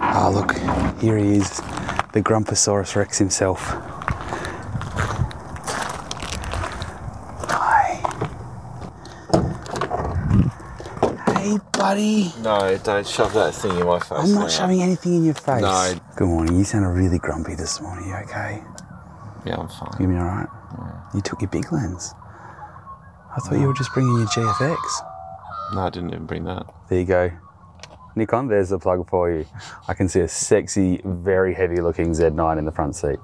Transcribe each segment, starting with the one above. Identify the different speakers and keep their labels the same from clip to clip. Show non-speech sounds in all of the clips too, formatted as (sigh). Speaker 1: Ah, look, here he is, the Grumposaurus Rex himself. Hi. Hey, buddy.
Speaker 2: No, don't shove that thing in my face.
Speaker 1: I'm
Speaker 2: now.
Speaker 1: not shoving anything in your face.
Speaker 2: No.
Speaker 1: Good morning. You sounded really grumpy this morning. You okay?
Speaker 2: Yeah, I'm fine.
Speaker 1: You been alright? You took your big lens. I thought you were just bringing your GFX.
Speaker 2: No, I didn't even bring that.
Speaker 1: There you go. Nikon, there's the plug for you. I can see a sexy, very heavy looking Z9 in the front seat.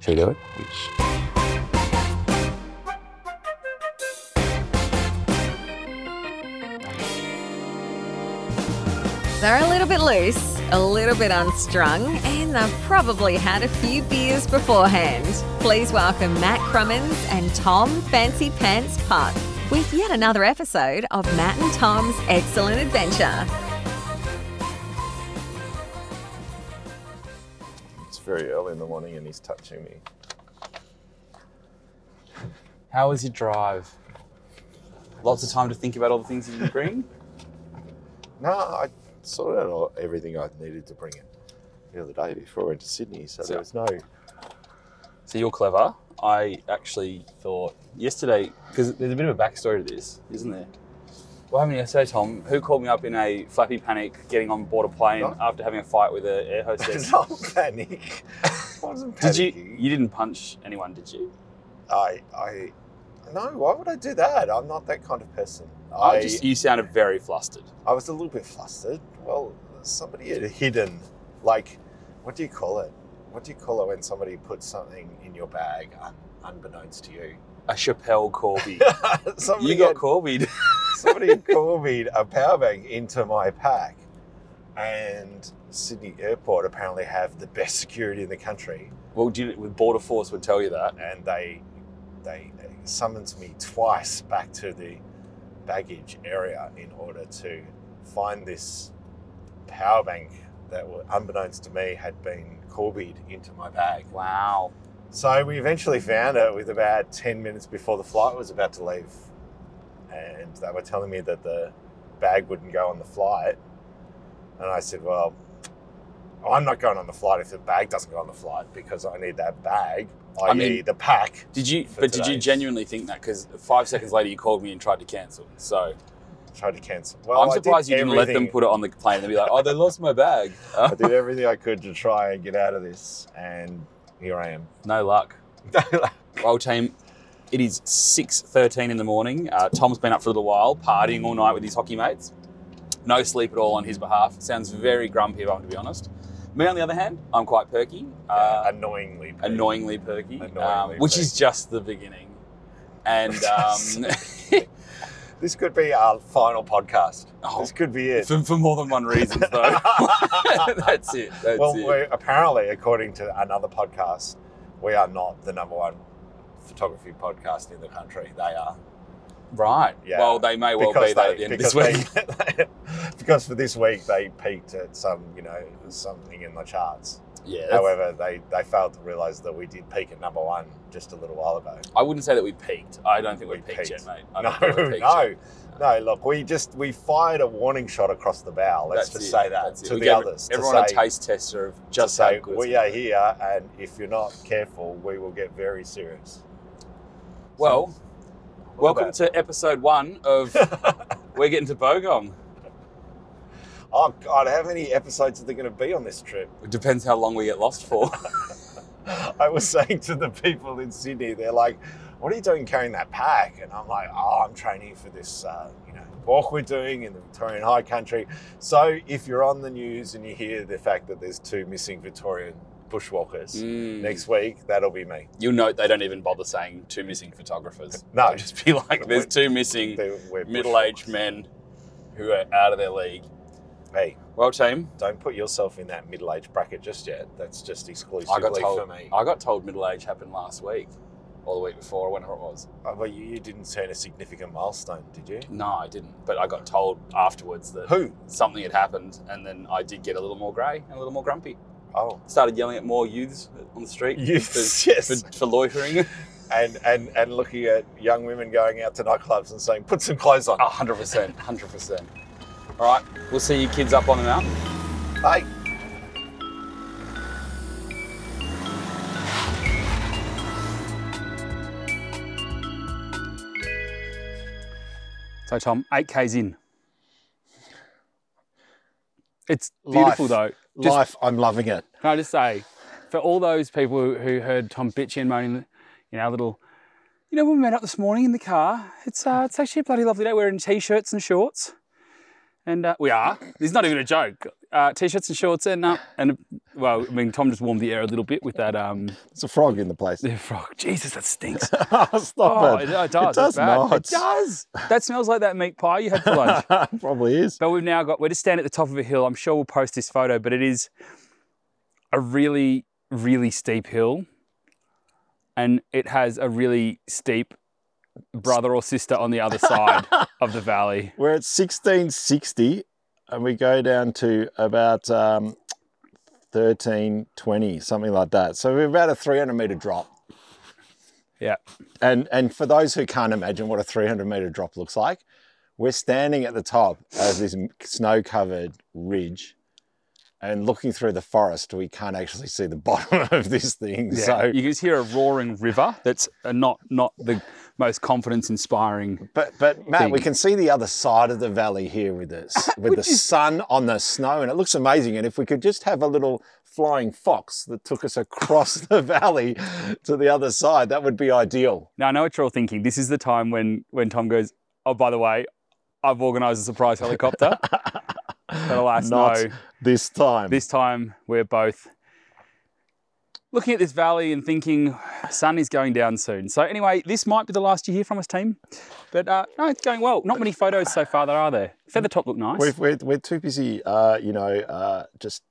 Speaker 1: Should we do it?
Speaker 2: Which
Speaker 3: They're a little bit loose, a little bit unstrung, and they've probably had a few beers beforehand. Please welcome Matt Crummins and Tom Fancy Pants Putt with yet another episode of Matt and Tom's Excellent Adventure.
Speaker 2: it's very early in the morning and he's touching me.
Speaker 1: How was your drive? Lots of time to think about all the things you can bring.
Speaker 2: No, I sorted out all- everything I needed to bring it the other day before I went to Sydney, so there was (laughs) no.
Speaker 1: (laughs) so you're clever. I actually thought yesterday, because there's a bit of a backstory to this, isn't there? What happened yesterday, Tom? Who called me up in a flappy panic getting on board a plane
Speaker 2: No.
Speaker 1: after having a fight with an
Speaker 2: (laughs)
Speaker 1: air hostess?
Speaker 2: It's not panic. (laughs) I wasn't
Speaker 1: Did you?
Speaker 2: panicking.
Speaker 1: You didn't punch anyone, did you?
Speaker 2: I, I, no. Why would I do that? I'm not that kind of person.
Speaker 1: I,
Speaker 2: I,
Speaker 1: just you sounded very flustered.
Speaker 2: I was a little bit flustered. Well, somebody had hidden, like, what do you call it? What do you call it when somebody puts something in your bag un, unbeknownst to you? (laughs)
Speaker 1: A Chappelle Corby.
Speaker 2: somebody
Speaker 1: you got
Speaker 2: had-
Speaker 1: Corby. (laughs)
Speaker 2: somebody corbied a power bank into my pack. And Sydney Airport apparently have the best security in the country,
Speaker 1: well, do you, with Border Force would tell you that.
Speaker 2: and they they, they summons me twice back to the baggage area in order to find this power bank that, were, unbeknownst to me, had been corbied into my bag.
Speaker 1: Wow.
Speaker 2: So we eventually found it with about 10 minutes before the flight was about to leave. And they were telling me that the bag wouldn't go on the flight. And I said, Well, I'm not going on the flight if the bag doesn't go on the flight because I need that bag, i.e.,
Speaker 1: I mean-
Speaker 2: the pack.
Speaker 1: Did you?
Speaker 2: For
Speaker 1: but did you
Speaker 2: today's-
Speaker 1: genuinely think that? Because five seconds later, you called me and tried to cancel. So
Speaker 2: Try to cancel. Well,
Speaker 1: I'm
Speaker 2: I
Speaker 1: surprised you
Speaker 2: did
Speaker 1: didn't let them
Speaker 2: everything-
Speaker 1: put it on the plane and be like, "Oh, they lost my
Speaker 2: (laughs)
Speaker 1: bag." Uh,
Speaker 2: I did everything I could to try and get out of this. And here I am.
Speaker 1: no luck. Well, team, it is six thirteen in the morning. Uh, Tom's been up for a little while, partying all night with his hockey mates. No sleep at all on his behalf. Sounds very grumpy, if I'm to be honest. Me, on the other hand, I'm quite perky. Uh,
Speaker 2: Annoyingly. big.
Speaker 1: annoyingly perky,
Speaker 2: Annoyingly
Speaker 1: um, which is
Speaker 2: perky.
Speaker 1: just the beginning.
Speaker 2: (laughs)
Speaker 1: And um,
Speaker 2: This could be our final podcast.
Speaker 1: (laughs) Oh.
Speaker 2: This could be it.
Speaker 1: for, for more than one reason,
Speaker 2: (laughs)
Speaker 1: though. (laughs) that's it. That's
Speaker 2: well,
Speaker 1: it.
Speaker 2: we're, apparently, according to another podcast, we are not the number one photography podcast in the country. They are.
Speaker 1: Right.
Speaker 2: Yeah.
Speaker 1: Well, they may well be that at the end of this
Speaker 2: because
Speaker 1: week.
Speaker 2: they- (laughs) because for this week they peaked at some, you know, something in the charts.
Speaker 1: (laughs) yeah. that's-
Speaker 2: However, they, they failed to realise that we did peak at number one just a little while ago.
Speaker 1: I wouldn't say that we peaked. I don't think we,
Speaker 2: We
Speaker 1: peaked, yet,
Speaker 2: peaked.
Speaker 1: mate. I
Speaker 2: no,
Speaker 1: don't
Speaker 2: (laughs)
Speaker 1: think we peaked yet.
Speaker 2: no, no. Look, we just we fired a warning shot across the bow. Let's
Speaker 1: That's
Speaker 2: just
Speaker 1: it.
Speaker 2: say that
Speaker 1: That's it.
Speaker 2: to
Speaker 1: We
Speaker 2: the
Speaker 1: gave
Speaker 2: others. to
Speaker 1: Everyone
Speaker 2: say-
Speaker 1: a taste tester of just
Speaker 2: to
Speaker 1: how
Speaker 2: say
Speaker 1: good
Speaker 2: we
Speaker 1: it's
Speaker 2: are here, and if you're not careful, we will get very serious.
Speaker 1: Well, welcome
Speaker 2: about-
Speaker 1: to episode one
Speaker 2: (laughs)
Speaker 1: of We're Getting to Bogong.
Speaker 2: Oh God, how many episodes are there going to be on this trip? (laughs)
Speaker 1: It depends how long we get lost for.
Speaker 2: I was saying to the people in Sydney, they're like, "What are you doing carrying that pack?" And I'm like, "Oh, I'm training for this, uh, you know, walk we're doing in the Victorian High Country." So if you're on the news and you hear the fact that there's two missing Victorian bushwalkers
Speaker 1: Mm.
Speaker 2: next week, that'll be me.
Speaker 1: You'll note they don't even bother saying two missing
Speaker 2: (laughs)
Speaker 1: photographers.
Speaker 2: No.
Speaker 1: They'll just be like, there's two missing
Speaker 2: They're- we're
Speaker 1: middle-aged
Speaker 2: bushwalkers.
Speaker 1: men who are out of their league.
Speaker 2: Hey,
Speaker 1: Well, team,
Speaker 2: don't put yourself in that middle age bracket just yet. That's just
Speaker 1: I
Speaker 2: exclusively
Speaker 1: got
Speaker 2: for
Speaker 1: told
Speaker 2: me.
Speaker 1: I got told middle age happened last week, or the week before, whenever it was.
Speaker 2: Oh, well, you, you didn't turn a significant milestone, did you?
Speaker 1: No, I didn't. But I got told afterwards that
Speaker 2: Who?
Speaker 1: something had happened, and then I did get a little more grey and a little more grumpy.
Speaker 2: Oh,
Speaker 1: Started yelling at more youths on the street
Speaker 4: (laughs)
Speaker 2: youths,
Speaker 1: for,
Speaker 2: yes.
Speaker 1: for, for loitering.
Speaker 2: And, and and looking at young women going out to nightclubs and saying, "Put some clothes
Speaker 4: Ah.
Speaker 2: on."
Speaker 1: A hundred percent, hundred percent. All right, we'll see you kids up on and out.
Speaker 2: Hey,
Speaker 4: So, Tom, 8Ks in. It's beautiful,
Speaker 2: Life.
Speaker 4: though. Just,
Speaker 2: Life, I'm loving it.
Speaker 4: Can I just say, for all those people who- who heard Tom bitching and moaning in our little, you know, when we met up this morning in the car, it's uh, it's actually a bloody lovely day. We're in t-shirts and shorts, and uh, we are. It's not even a joke. Uh, t-shirts and shorts, and uh, and well, I mean, Tom just warmed the air a little bit with that um (laughs)
Speaker 2: It's a frog in the place.
Speaker 4: the frog. Jesus, that stinks.
Speaker 2: Oh, (laughs) Stop
Speaker 4: Oh,
Speaker 2: it.
Speaker 4: it, it does.
Speaker 2: It does
Speaker 4: it's bad.
Speaker 2: not.
Speaker 4: It does. That smells like that meat pie you had for lunch.
Speaker 2: (laughs) It probably is.
Speaker 4: But we've now got, we're just standing at the top of a hill. I'm sure we'll post this photo, but it is a really, really steep hill. And it has a really steep brother or sister on the other side of the valley.
Speaker 2: We're at 1660 and we go down to about um, 1320, something like that. So we're about a 300 meter drop.
Speaker 4: Yeah.
Speaker 2: And, and for those who can't imagine what a 300 meter drop looks like, we're standing at the top of this snow covered ridge and looking through the forest, we can't actually see the (laughs) bottom of this thing. So,
Speaker 4: you can just hear a roaring river that's uh, not not the most confidence inspiring.
Speaker 2: but, but Matt, we
Speaker 4: Thing.
Speaker 2: can see the other side of the valley here with this,
Speaker 4: (laughs)
Speaker 2: with the sun on the snow, and it looks amazing. And if we could just have a little flying fox that took us across (laughs) the valley to the other side, that would be ideal.
Speaker 4: Now, I know what you're all thinking. This is the time when, when Tom goes, Oh, by the way, I've organized a surprise helicopter. but alas,
Speaker 2: Not
Speaker 4: no.
Speaker 2: this time.
Speaker 4: This time we're both looking at this valley and thinking, sun is going down soon. So anyway, this might be the last you hear from us, team. But uh, no, it's going well. Not many photos so far, there are there. Feather top look nice.
Speaker 2: we're, we're, we're too busy, uh, you know, uh, just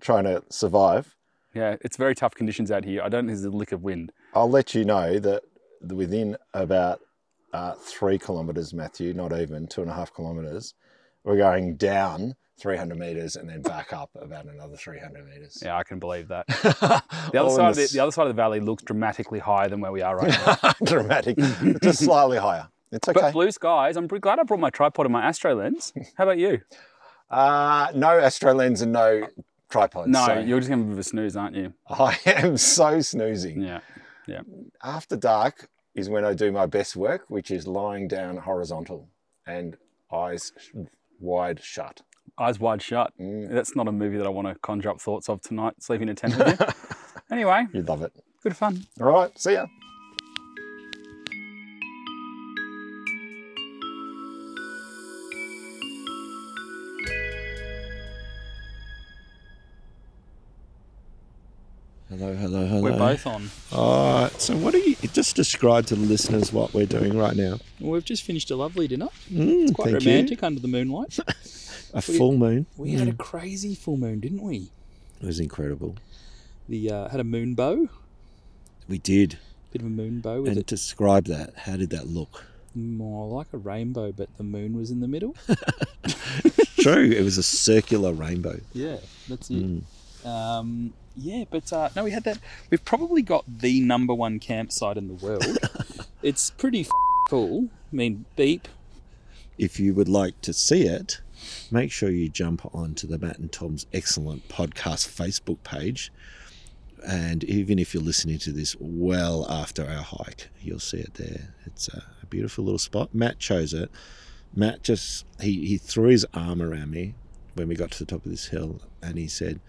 Speaker 2: trying to survive.
Speaker 4: yeah, it's very tough conditions out here. I don't think there's a lick of wind.
Speaker 2: I'll let you know that within about uh, three kilometres, Matthew, not even two and a half kilometres, we're going down 300 metres and then back up about another 300 metres. (laughs)
Speaker 4: Yeah, I can believe that. The
Speaker 2: the
Speaker 4: other side, of the, the other side of the valley looks dramatically higher than where we are right
Speaker 2: (laughs)
Speaker 4: now.
Speaker 2: dramatic, just slightly higher. It's
Speaker 4: But
Speaker 2: okay.
Speaker 4: blue skies. I'm pretty glad I brought my tripod and my Astro lens. How about you?
Speaker 2: Uh, no astro lens and no tripods.
Speaker 4: No,
Speaker 2: so
Speaker 4: you're just gonna have a bit of a snooze, aren't you?
Speaker 2: (laughs) I am so snoozing.
Speaker 4: Yeah.
Speaker 2: After dark is when I do my best work, which is lying down horizontal and eyes sh- wide shut.
Speaker 4: Eyes wide shut.
Speaker 2: Mm.
Speaker 4: That's not a movie that I want to conjure up thoughts of tonight, sleeping in a tent with you. anyway,
Speaker 2: You'd love it.
Speaker 4: good fun.
Speaker 2: All right. See ya.
Speaker 5: Hello, hello, hello.
Speaker 4: We're both on.
Speaker 5: All right. So, what are you? Just describe to the listeners what we're doing right now.
Speaker 4: Well, we've just finished a lovely dinner.
Speaker 5: Mm,
Speaker 4: It's quite
Speaker 5: thank
Speaker 4: romantic under the moonlight.
Speaker 5: You. A full moon.
Speaker 4: We had a crazy full moon, didn't we?
Speaker 5: It was incredible.
Speaker 4: The uh, had a moon bow,
Speaker 5: We did.
Speaker 4: bit of a moon bow with
Speaker 5: And
Speaker 4: it
Speaker 5: describe that. How did that look?
Speaker 4: more like a rainbow, but the moon was in the middle.
Speaker 5: True. It was a circular rainbow.
Speaker 4: Yeah, that's it.
Speaker 5: Mm.
Speaker 4: Um, yeah, but uh, no, we had that. We've probably got the number one campsite in the
Speaker 5: (laughs)
Speaker 4: world. it's pretty f- cool. I mean, beep.
Speaker 5: If you would like to see it, make sure you jump onto the Matt and Tom's excellent podcast Facebook page. And even if you're listening to this well after our hike, you'll see it there. It's a, a beautiful little spot. Matt chose it. Matt just he, he threw his arm around me when we got to the top of this hill and he said,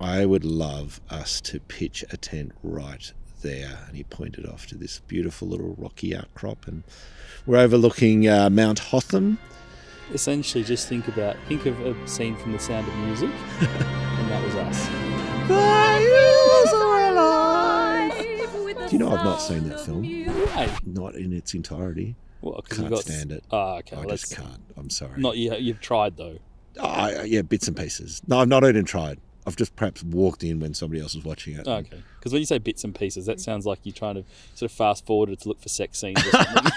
Speaker 5: I would love us to pitch a tent right there. And he pointed off to this beautiful little rocky outcrop and we're overlooking uh, Mount Hotham.
Speaker 6: essentially just think about think of a scene from the sound of
Speaker 5: (laughs)
Speaker 6: music and that was us
Speaker 5: Do you know I've not seen that film?
Speaker 6: Why?
Speaker 5: Not in its entirety.
Speaker 6: well 'cause
Speaker 5: Can't
Speaker 6: we've got
Speaker 5: stand it.
Speaker 6: ah okay
Speaker 5: I
Speaker 6: well,
Speaker 5: just
Speaker 6: that's
Speaker 5: can't. I'm sorry.
Speaker 6: not you you've tried though
Speaker 5: I- I- yeah, bits and pieces. No, I've not even tried. I've just perhaps walked in when somebody else was watching it.
Speaker 6: oh, okay because when you say bits and pieces that sounds like you're trying to sort of fast forward it to look for sex scenes or
Speaker 5: (laughs)
Speaker 6: something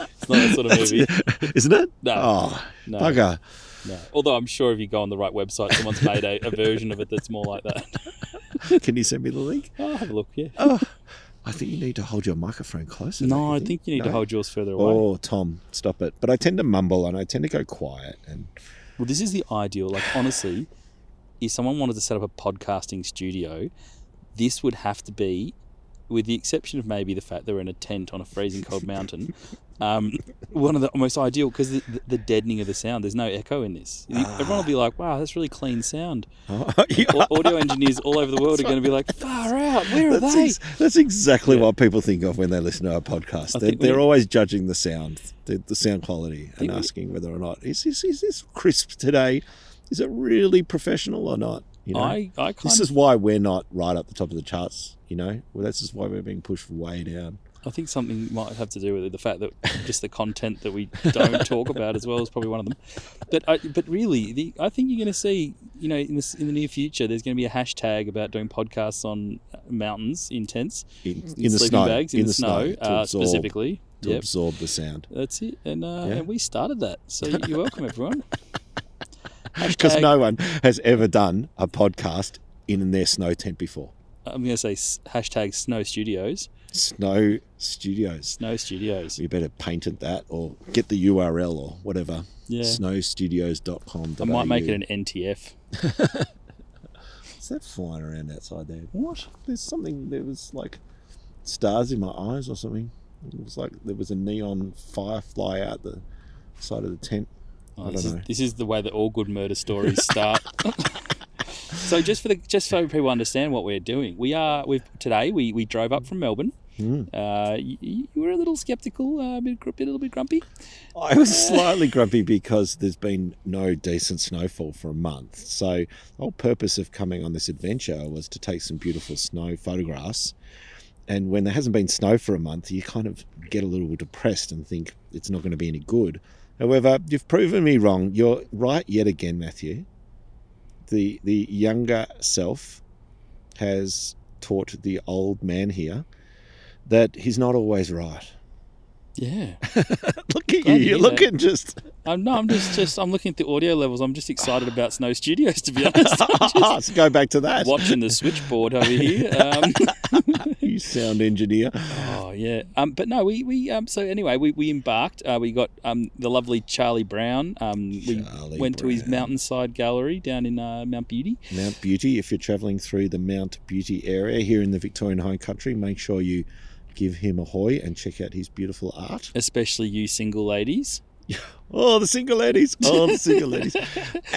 Speaker 6: it's not that sort of movie
Speaker 5: (laughs) Isn't it?
Speaker 6: No.
Speaker 5: Oh,
Speaker 6: no, (laughs)
Speaker 5: bugger.
Speaker 6: no although i'm sure if you go on the right website someone's made a, a version of it that's more like that (laughs)
Speaker 5: Can you send me the link?
Speaker 6: oh have a look yeah
Speaker 5: I think you need to hold your microphone closer. don't
Speaker 6: no i think you need to
Speaker 5: No?
Speaker 6: hold yours further away
Speaker 5: Oh, Tom, stop it. But I tend to mumble and I tend to go quiet.
Speaker 6: (laughs)
Speaker 5: And (laughs)
Speaker 6: Well, this is the ideal. Like, honestly, if someone wanted to set up a podcasting studio, this would have to be
Speaker 4: with the exception of maybe the fact that we're in a tent on a freezing
Speaker 5: (laughs)
Speaker 4: cold mountain, um, one of the most ideal because the, the, the deadening of the sound. There's no echo in this. You-
Speaker 5: Ah.
Speaker 4: Everyone will be like, "Wow, that's really clean sound."
Speaker 5: Yeah. (laughs)
Speaker 4: Au- Audio engineers all over the world are going to be like, "Far out, where are
Speaker 5: That's,
Speaker 4: they?"
Speaker 5: ex- that's exactly what people think of when they listen to our podcast.
Speaker 4: I
Speaker 5: They're,
Speaker 4: think we-
Speaker 5: they're always judging the sound, the, the sound quality, and
Speaker 4: think we-
Speaker 5: asking whether or not is this, is this crisp today? Is it really professional or not? You know,
Speaker 4: I I kind
Speaker 5: this
Speaker 4: of
Speaker 5: is why we're not right up the top of the charts. You know, well, that's just why we're being pushed way down.
Speaker 4: I think something might have to do with it. The fact that just the content that we
Speaker 5: (laughs)
Speaker 4: don't talk about as well is probably one of them. But I, but really, the, I think you're going to see, you know, in, this, in the near future, there's going to be a hashtag about doing podcasts on uh, mountains in tents,
Speaker 5: In, in the
Speaker 4: sleeping
Speaker 5: snow,
Speaker 4: bags, Mm, in, the, snow,
Speaker 5: to
Speaker 4: uh,
Speaker 5: absorb-
Speaker 4: specifically.
Speaker 5: to
Speaker 4: Yep,
Speaker 5: absorb the sound.
Speaker 4: that's it. And uh,
Speaker 5: Yeah.
Speaker 4: and we started that, so you're
Speaker 5: (laughs)
Speaker 4: welcome, everyone.
Speaker 5: Because
Speaker 4: Hashtag-
Speaker 5: no one has ever done a podcast in their snow tent before.
Speaker 4: I'm going to say s- hashtag Snow Studios,
Speaker 5: Snow Studios.
Speaker 4: Snow Studios.
Speaker 5: You better patent that or get the URL or whatever.
Speaker 4: Yeah,
Speaker 5: Snowstudios.com.
Speaker 4: I might make it an NTF.
Speaker 5: Is that flying around outside there?
Speaker 4: What?
Speaker 5: There's something, there was like stars in my eyes or something. It was like there was a neon firefly out the side of the tent. I
Speaker 4: Oh, this,
Speaker 5: don't
Speaker 4: is,
Speaker 5: know.
Speaker 4: this is the way that all good murder stories start. (laughs) so just for the just so people understand what we're doing, we are we today we, we drove up from Melbourne.
Speaker 5: Hmm.
Speaker 4: Uh, you, you were a little skeptical, uh, a, bit, gr- a little bit grumpy.
Speaker 5: I was (laughs) slightly grumpy because there's been no decent snowfall for a month. So, the whole purpose of coming on this adventure was to take some beautiful snow photographs. And when there hasn't been snow for a month, you kind of get a little bit depressed and think it's not going to be any good. However, you've proven me wrong. You're right yet again, Matthew. The the younger self has taught the old man here that he's not always right.
Speaker 4: Yeah,
Speaker 5: Look (laughs) at you.
Speaker 4: Glad to
Speaker 5: You're
Speaker 4: hear that.
Speaker 5: looking just
Speaker 4: I'm Uh, no, I'm just just I'm looking at the audio levels. I'm just excited about Snow Studios to be honest. (laughs) I'm
Speaker 5: (laughs)
Speaker 4: just
Speaker 5: Let's go back to that.
Speaker 4: watching the switchboard over here. Um,
Speaker 5: (laughs) You sound engineer.
Speaker 4: Oh yeah, um, but no, we we um, so anyway, we we embarked. Uh, we got um, the lovely Charlie Brown. Um, we
Speaker 5: Charlie
Speaker 4: went to his
Speaker 5: Brown.
Speaker 4: mountainside gallery down in uh, Mount Beauty.
Speaker 5: Mount Beauty, if you're traveling through the Mount Beauty area here in the Victorian High Country, make sure you give him a hoy and check out his beautiful art.
Speaker 4: Especially you single ladies.
Speaker 5: Oh, the single ladies. (laughs) Oh, the single ladies.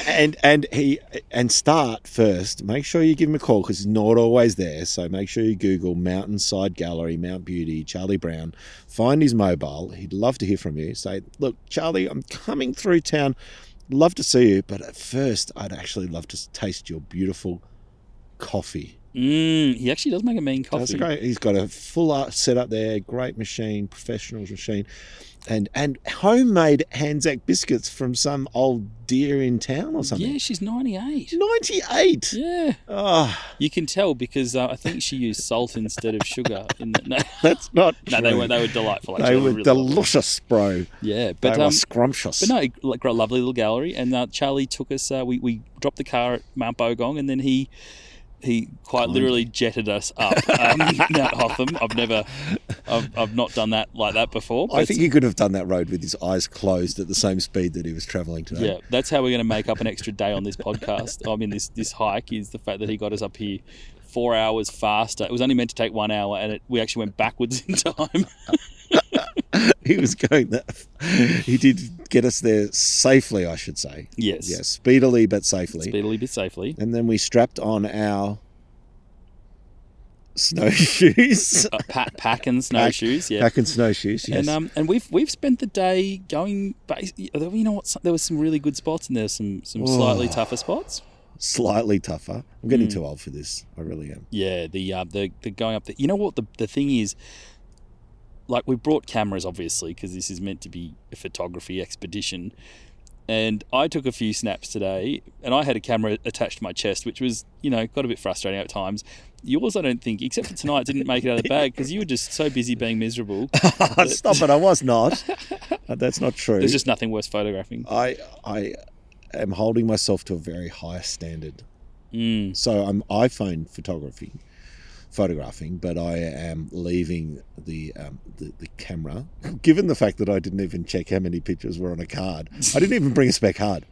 Speaker 5: And and he and start first. Make sure you give him a call because he's not always there. So make sure you Google Mountainside Gallery, Mount Beauty, Charlie Brown. Find his mobile. He'd love to hear from you. Say, look, Charlie, I'm coming through town. Love to see you, but at first, I'd actually love to taste your beautiful coffee.
Speaker 4: Mm, he actually does make a mean coffee.
Speaker 5: That's great. He's got a full art setup there. Great machine, professionals machine, and and homemade Anzac biscuits from some old deer in town or
Speaker 4: Yeah,
Speaker 5: something.
Speaker 4: she's ninety eight.
Speaker 5: Ninety eight.
Speaker 4: Yeah,
Speaker 5: Oh,
Speaker 4: you can tell because uh, I think she used salt instead of sugar. In the, no, (laughs)
Speaker 5: that's not.
Speaker 4: no, they
Speaker 5: true.
Speaker 4: were they were delightful.
Speaker 5: They
Speaker 4: Actually.
Speaker 5: were
Speaker 4: really lovely.
Speaker 5: delicious, bro.
Speaker 4: Yeah,
Speaker 5: They
Speaker 4: but
Speaker 5: were
Speaker 4: um,
Speaker 5: scrumptious.
Speaker 4: But no, like a lovely little gallery. And uh, Charlie took us. Uh, we we dropped the car at Mount Bogong, and then he he quite literally jetted us up um, (laughs) Mount Hotham. I've never, I've, I've not done that like that before.
Speaker 5: I
Speaker 4: but-
Speaker 5: think he could have done that road with his eyes closed at the same speed that he was traveling today.
Speaker 4: yeah, that's how we're going to make up an extra day on this podcast. I mean, this this hike is the fact that he got us up here four hours faster. It was only meant to take one hour, and it, we actually went backwards (laughs) in time.
Speaker 5: (laughs) he was going that. He did get us there safely, I should say.
Speaker 4: yes,
Speaker 5: Yeah, speedily but safely.
Speaker 4: speedily but safely.
Speaker 5: and then we strapped on our snowshoes,
Speaker 4: Uh, pack, pack and snowshoes. (laughs) Yeah,
Speaker 5: pack and snowshoes. Yes,
Speaker 4: And um, and we've we've spent the day going. bas- You know what? some- There was some really good spots, and there were some some slightly tougher spots.
Speaker 5: slightly tougher. I'm
Speaker 4: Hmm.
Speaker 5: getting too old for this. I
Speaker 4: (laughs)
Speaker 5: really am.
Speaker 4: Yeah, the uh, the the going up. The, you know what? The the thing is, like we brought cameras, obviously, because this is meant to be a photography expedition. And I took a few snaps today, and I had a camera attached to my chest, which was, you know, got a bit frustrating at times. Yours, I don't think, except for tonight, didn't make it out of the bag because you were just so busy being miserable.
Speaker 5: Stop it! I
Speaker 4: (laughs)
Speaker 5: was not. Uh, That's not true.
Speaker 4: There's just nothing worth photographing.
Speaker 5: I I am holding myself to a very high standard.
Speaker 4: Mm.
Speaker 5: So I'm iPhone photography, photographing, but I am leaving the, um, the the camera. (laughs) Given the fact that I didn't even check how many pictures were on a card, I didn't even bring a spare card.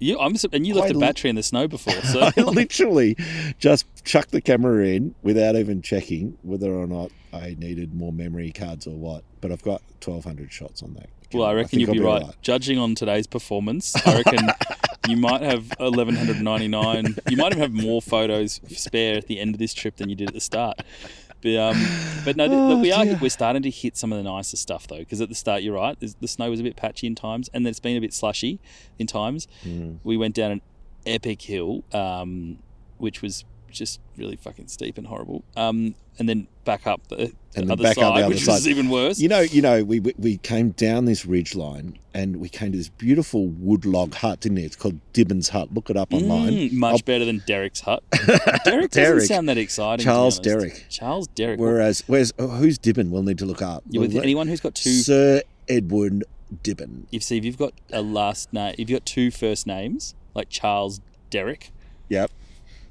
Speaker 4: You, I'm, su- and you left
Speaker 5: I
Speaker 4: a
Speaker 5: li-
Speaker 4: battery in the snow before, so
Speaker 5: (laughs) I literally just chucked the camera in without even checking whether or not I needed more memory cards or what. But I've got 1,200 shots on that.
Speaker 4: Well, I
Speaker 5: camera.
Speaker 4: reckon
Speaker 5: think
Speaker 4: you'll
Speaker 5: I'll
Speaker 4: be right.
Speaker 5: alright.
Speaker 4: Judging on today's performance, I
Speaker 5: (laughs)
Speaker 4: reckon you might have 1199. You might even have more photos spare at the end of this trip than you did at the start. But, um, but no, th-
Speaker 5: Oh,
Speaker 4: look, we are we're starting to hit some of the nicer stuff though, because at the start you're right. there's- The snow was a bit patchy in times, and then it's been a bit slushy in times.
Speaker 5: Hmm.
Speaker 4: We went down an epic hill, um, which was just really fucking steep and horrible. Um, and then back up the, the
Speaker 5: And then
Speaker 4: other
Speaker 5: back up
Speaker 4: side,
Speaker 5: the other
Speaker 4: which was
Speaker 5: side.
Speaker 4: even worse.
Speaker 5: You know, you know, we we- we came down this ridge line and we came to this beautiful wood log hut, didn't it? It's called Dibbins Hut. Look it up online.
Speaker 4: Mm, much better than Derek's
Speaker 5: (laughs)
Speaker 4: hut. Derek, doesn't
Speaker 5: Derek.
Speaker 4: sound that exciting. to be
Speaker 5: Charles
Speaker 4: honest.
Speaker 5: Derrick.
Speaker 4: Charles Derrick.
Speaker 5: Whereas, where's oh, who's Dibbin? We'll need to look up.
Speaker 4: you with
Speaker 5: Well,
Speaker 4: anyone who's got two.
Speaker 5: Sir Edwin Dibbin.
Speaker 4: you see, if you've got a last name, if you've got two first names like Charles Derrick,
Speaker 5: Yep.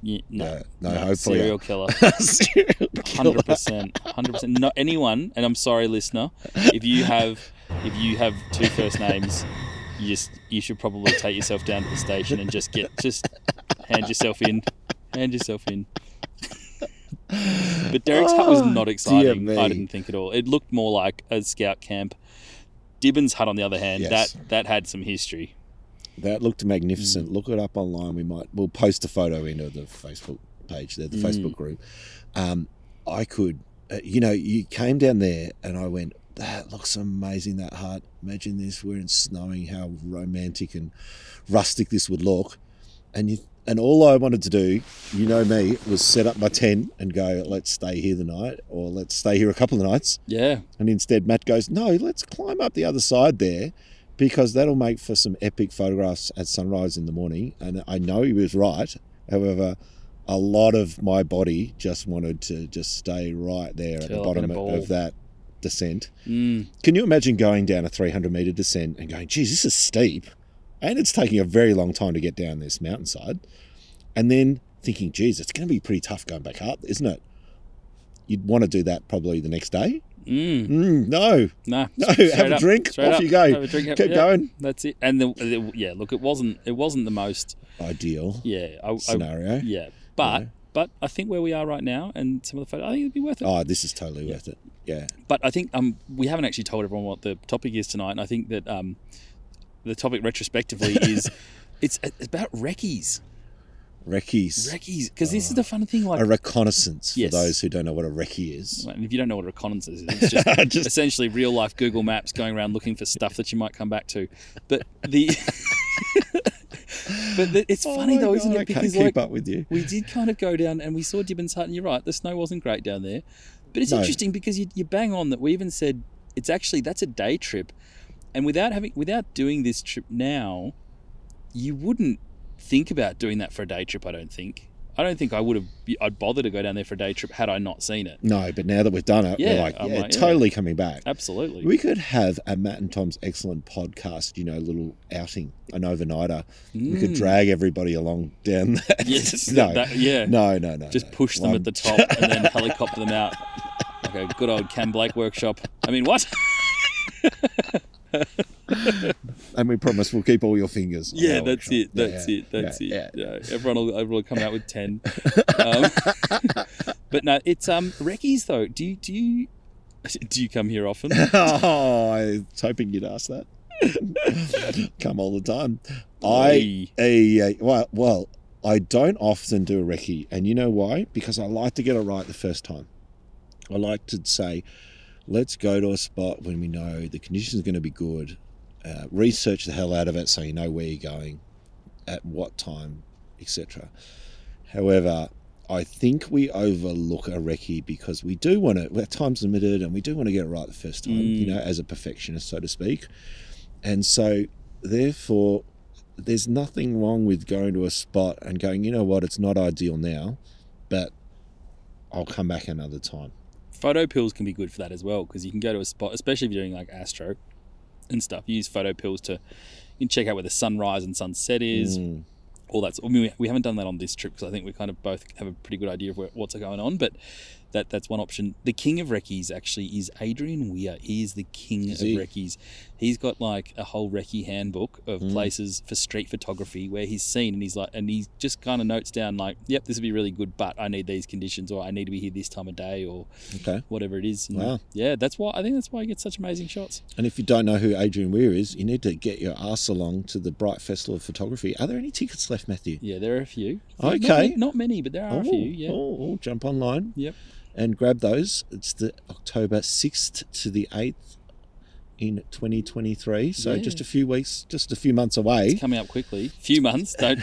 Speaker 4: you, no,
Speaker 5: Yeah, no, hopefully-
Speaker 4: serial
Speaker 5: (laughs)
Speaker 4: killer.
Speaker 5: Serial killer.
Speaker 4: Hundred percent, hundred percent. Not anyone, and I'm sorry, listener. If you have, if you have two first names, you just you should probably take yourself down to the station and just get just hand yourself in, hand yourself in. But Derek's hut was
Speaker 5: Oh,
Speaker 4: not
Speaker 5: dear
Speaker 4: exciting. I
Speaker 5: me.
Speaker 4: didn't think at all. It looked more like a scout camp. Dibbin's hut, on the other hand,
Speaker 5: Yes.
Speaker 4: that that had some history.
Speaker 5: That looked magnificent. Look it up online. We might we'll post a photo into the Facebook page there, the Facebook
Speaker 4: Hmm.
Speaker 5: group. Um, I could, uh, you know, you came down there and I went. That looks amazing. That hut. Imagine this. We're in snowing. How romantic and rustic this would look. And you and all I wanted to do, you know me, was set up my tent and go. Let's stay here the night, or let's stay here a couple of nights.
Speaker 4: Yeah,
Speaker 5: And instead, Matt goes, No, let's climb up the other side there because that'll make for some epic photographs at sunrise in the morning. And I know he was right. However, a lot of my body just wanted to just stay right there at
Speaker 4: Curl
Speaker 5: the
Speaker 4: up in
Speaker 5: bottom
Speaker 4: a ball.
Speaker 5: of that descent.
Speaker 4: mm,
Speaker 5: Can you imagine going down a 300 meter descent and going, geez, this is steep. And it's taking a very long time to get down this mountainside. And then thinking, geez, it's going to be pretty tough going back up, isn't it? You'd want to do that probably the next day.
Speaker 4: mm,
Speaker 5: Mm, no,
Speaker 4: nah,
Speaker 5: (laughs) no, have
Speaker 4: Straight
Speaker 5: a
Speaker 4: up,
Speaker 5: drink.
Speaker 4: straight
Speaker 5: Off
Speaker 4: up.
Speaker 5: you go.
Speaker 4: Have a drink, have-
Speaker 5: Keep
Speaker 4: yeah.
Speaker 5: going.
Speaker 4: that's it. And the, the- yeah, look, it wasn't it wasn't the most
Speaker 5: Ideal
Speaker 4: yeah. I, I,
Speaker 5: scenario.
Speaker 4: Yeah, but
Speaker 5: know?
Speaker 4: but I think where we are right now and some of the photos, I think it'd be worth it.
Speaker 5: Oh, this is totally worth it. Yeah.
Speaker 4: But I think um we haven't actually told everyone what the topic is tonight, and I think that um the topic retrospectively
Speaker 5: (laughs)
Speaker 4: is it's, it's about recce's
Speaker 5: Recce's.
Speaker 4: recce's because this is the fun thing like.
Speaker 5: Oh. a reconnaissance
Speaker 4: Yes.
Speaker 5: for those who don't know what a recce is.
Speaker 4: and if you don't know what a reconnaissance is, it's
Speaker 5: (laughs)
Speaker 4: just,
Speaker 5: Just-
Speaker 4: essentially real life Google Maps going around looking for stuff that you might come back to. But
Speaker 5: (laughs)
Speaker 4: the, (laughs) but the, it's funny
Speaker 5: Oh my
Speaker 4: though, isn't
Speaker 5: God,
Speaker 4: it?
Speaker 5: I can't
Speaker 4: Because
Speaker 5: keep
Speaker 4: like
Speaker 5: up with you.
Speaker 4: we did kind of go down and we saw Gibbons Hut, and you're right, the snow wasn't great down there. But it's
Speaker 5: No.
Speaker 4: interesting because you, you bang on that we even said it's actually that's a day trip, and without having without doing this trip now, you wouldn't think about doing that for a day trip. I don't think. I don't think I would have. I'd bother to go down there for a day trip had I not seen it.
Speaker 5: No, but now that we've done it,
Speaker 4: Yeah,
Speaker 5: we're like,
Speaker 4: I'm
Speaker 5: yeah,
Speaker 4: like, yeah.
Speaker 5: totally coming back.
Speaker 4: Absolutely.
Speaker 5: We could have a Matt and Tom's excellent podcast, you know, little outing, an overnighter. We could
Speaker 4: Mm. (laughs)
Speaker 5: drag everybody along down (laughs) that.
Speaker 4: Yes.
Speaker 5: no,
Speaker 4: that- yeah.
Speaker 5: no, no, no.
Speaker 4: Just
Speaker 5: no.
Speaker 4: push them
Speaker 5: One-
Speaker 4: at the top and
Speaker 5: (laughs)
Speaker 4: then helicopter them out like a good old Cam Blake workshop. I mean, what?
Speaker 5: And we promise we'll keep all your fingers. on
Speaker 4: Yeah,
Speaker 5: our
Speaker 4: that's
Speaker 5: workshop.
Speaker 4: it.
Speaker 5: Yeah,
Speaker 4: That's
Speaker 5: yeah,
Speaker 4: it. That's
Speaker 5: yeah,
Speaker 4: it.
Speaker 5: yeah.
Speaker 4: Yeah, everyone will everyone will come out with
Speaker 5: (laughs)
Speaker 4: ten. Um, (laughs) but no, it's um recce's though. Do you do you do you come here
Speaker 5: (laughs)
Speaker 4: often?
Speaker 5: oh, I was hoping you'd ask that. (laughs) Come all the time. I,
Speaker 4: Hey.
Speaker 5: I well, well, I don't often do a recce, and you know why? Because I like to get it right the first time. I like to say, let's go to a spot when we know the conditions are going to be good. Uh, research the hell out of it so you know where you're going, at what time, etc. However, I think we overlook a recce because we do want to. Our time's limited, and we do want to get it right the first time. You
Speaker 4: Mm.
Speaker 5: know, as a perfectionist, so to speak. And so, therefore, there's nothing wrong with going to a spot and going. You know what? It's not ideal now, but I'll come back another time.
Speaker 4: photo pills can be good for that as well because you can go to a spot, especially if you're doing like astro and stuff. You use photo pills to you can check out where the sunrise and sunset is,
Speaker 5: Mm.
Speaker 4: all that. sort- I mean, we, we haven't done that on this trip because I think we kind of both have a pretty good idea of where, what's going on. But that that's one option. The king of recce's actually is Adrian Weir. He is the king
Speaker 5: Is
Speaker 4: of
Speaker 5: he?
Speaker 4: recce's. He's got like a whole recce handbook of
Speaker 5: Mm.
Speaker 4: places for street photography where he's seen and he's like and he just kind of notes down like, yep, this would be really good, but I need these conditions or I need to be here this time of day or
Speaker 5: Okay.
Speaker 4: whatever it is. And
Speaker 5: Wow.
Speaker 4: Yeah, that's why I think that's why he gets such amazing shots.
Speaker 5: And if you don't know who Adrian Weir is, you need to get your ass along to the Bright Festival of Photography. Are there any tickets left, Matthew?
Speaker 4: Yeah, there are a few.
Speaker 5: Okay.
Speaker 4: Not many, not many but there are a
Speaker 5: Oh,
Speaker 4: few. Yeah.
Speaker 5: oh, oh, jump online.
Speaker 4: Yep.
Speaker 5: And grab those. It's the October 6th to the 8th in 2023. So
Speaker 4: Yeah.
Speaker 5: just a few weeks, just a few months away.
Speaker 4: It's coming up quickly. Few months. Don't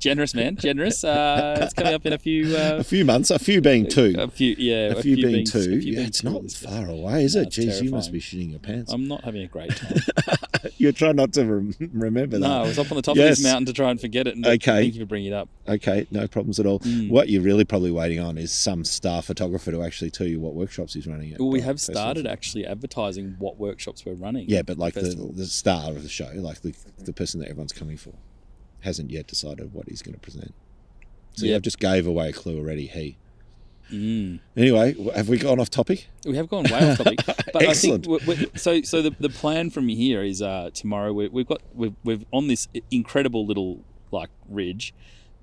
Speaker 4: (laughs) generous man. Generous. Uh, it's coming up in a few.
Speaker 5: A
Speaker 4: Uh,
Speaker 5: few months, a few being two.
Speaker 4: A few. Yeah.
Speaker 5: a few, being,
Speaker 4: beings-
Speaker 5: two.
Speaker 4: a few
Speaker 5: yeah,
Speaker 4: beings
Speaker 5: it's
Speaker 4: two
Speaker 5: not
Speaker 4: is-
Speaker 5: far away, is
Speaker 4: No,
Speaker 5: it?
Speaker 4: it's
Speaker 5: Jeez, you
Speaker 4: terrifying.
Speaker 5: must
Speaker 4: Um,
Speaker 5: be shitting your pants.
Speaker 4: I'm not having a great
Speaker 5: (laughs)
Speaker 4: time.
Speaker 5: You're trying not to rem- (laughs) remember
Speaker 4: no, I
Speaker 5: that.
Speaker 4: was up on the top of
Speaker 5: Yes.
Speaker 4: this mountain to try and forget it. And
Speaker 5: Okay.
Speaker 4: Thank you for bringing it up.
Speaker 5: Okay, no problems at all.
Speaker 4: Mm.
Speaker 5: What you're really probably waiting on is some star photographer to actually tell you what workshops he's running. At
Speaker 4: Well, we
Speaker 5: Bright
Speaker 4: have
Speaker 5: Festival.
Speaker 4: started actually advertising what workshops we're running.
Speaker 5: Yeah, but like the,
Speaker 4: festival.
Speaker 5: the star of the show, like the, the person that everyone's coming for, hasn't yet decided what he's going to present. So
Speaker 4: Yeah.
Speaker 5: I've just gave away a clue already. He.
Speaker 4: Mm.
Speaker 5: Anyway, w- have we gone off topic?
Speaker 4: We have gone way off
Speaker 5: (laughs)
Speaker 4: topic, but I think
Speaker 5: Excellent.
Speaker 4: we we so. So the, the plan from here is uh, tomorrow we, we've got we've, we've on this incredible little like ridge,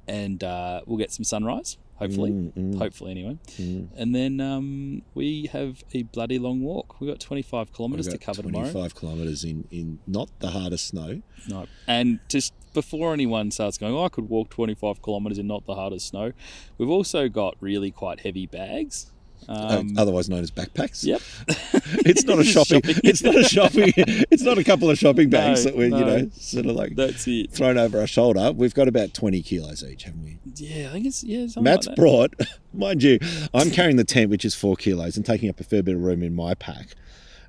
Speaker 4: and uh, we'll get some sunrise hopefully.
Speaker 5: Mm, mm,
Speaker 4: Hopefully, anyway.
Speaker 5: mm.
Speaker 4: And then um, we have a bloody long walk. We've got 25 kilometres
Speaker 5: We've
Speaker 4: to
Speaker 5: got
Speaker 4: cover tomorrow.
Speaker 5: 25 kilometres in, in not the hardest snow.
Speaker 4: No. And just before anyone starts going, oh, I could walk 25 kilometres in not the hardest snow, we've also got really quite heavy bags.
Speaker 5: uh,
Speaker 4: Um,
Speaker 5: otherwise known as backpacks.
Speaker 4: Yep.
Speaker 5: (laughs) It's
Speaker 4: (laughs)
Speaker 5: not a shopping, (laughs) It's not a shopping. It's not a couple of shopping
Speaker 4: No,
Speaker 5: bags that we're you
Speaker 4: no.
Speaker 5: know sort of like
Speaker 4: That's it.
Speaker 5: thrown over our shoulder. We've got about twenty kilos each, haven't we?
Speaker 4: Yeah, I think it's, yeah, something
Speaker 5: Matt's
Speaker 4: like that.
Speaker 5: brought, (laughs) mind you, I'm carrying the tent, which is four kilos, and taking up a fair bit of room in my pack.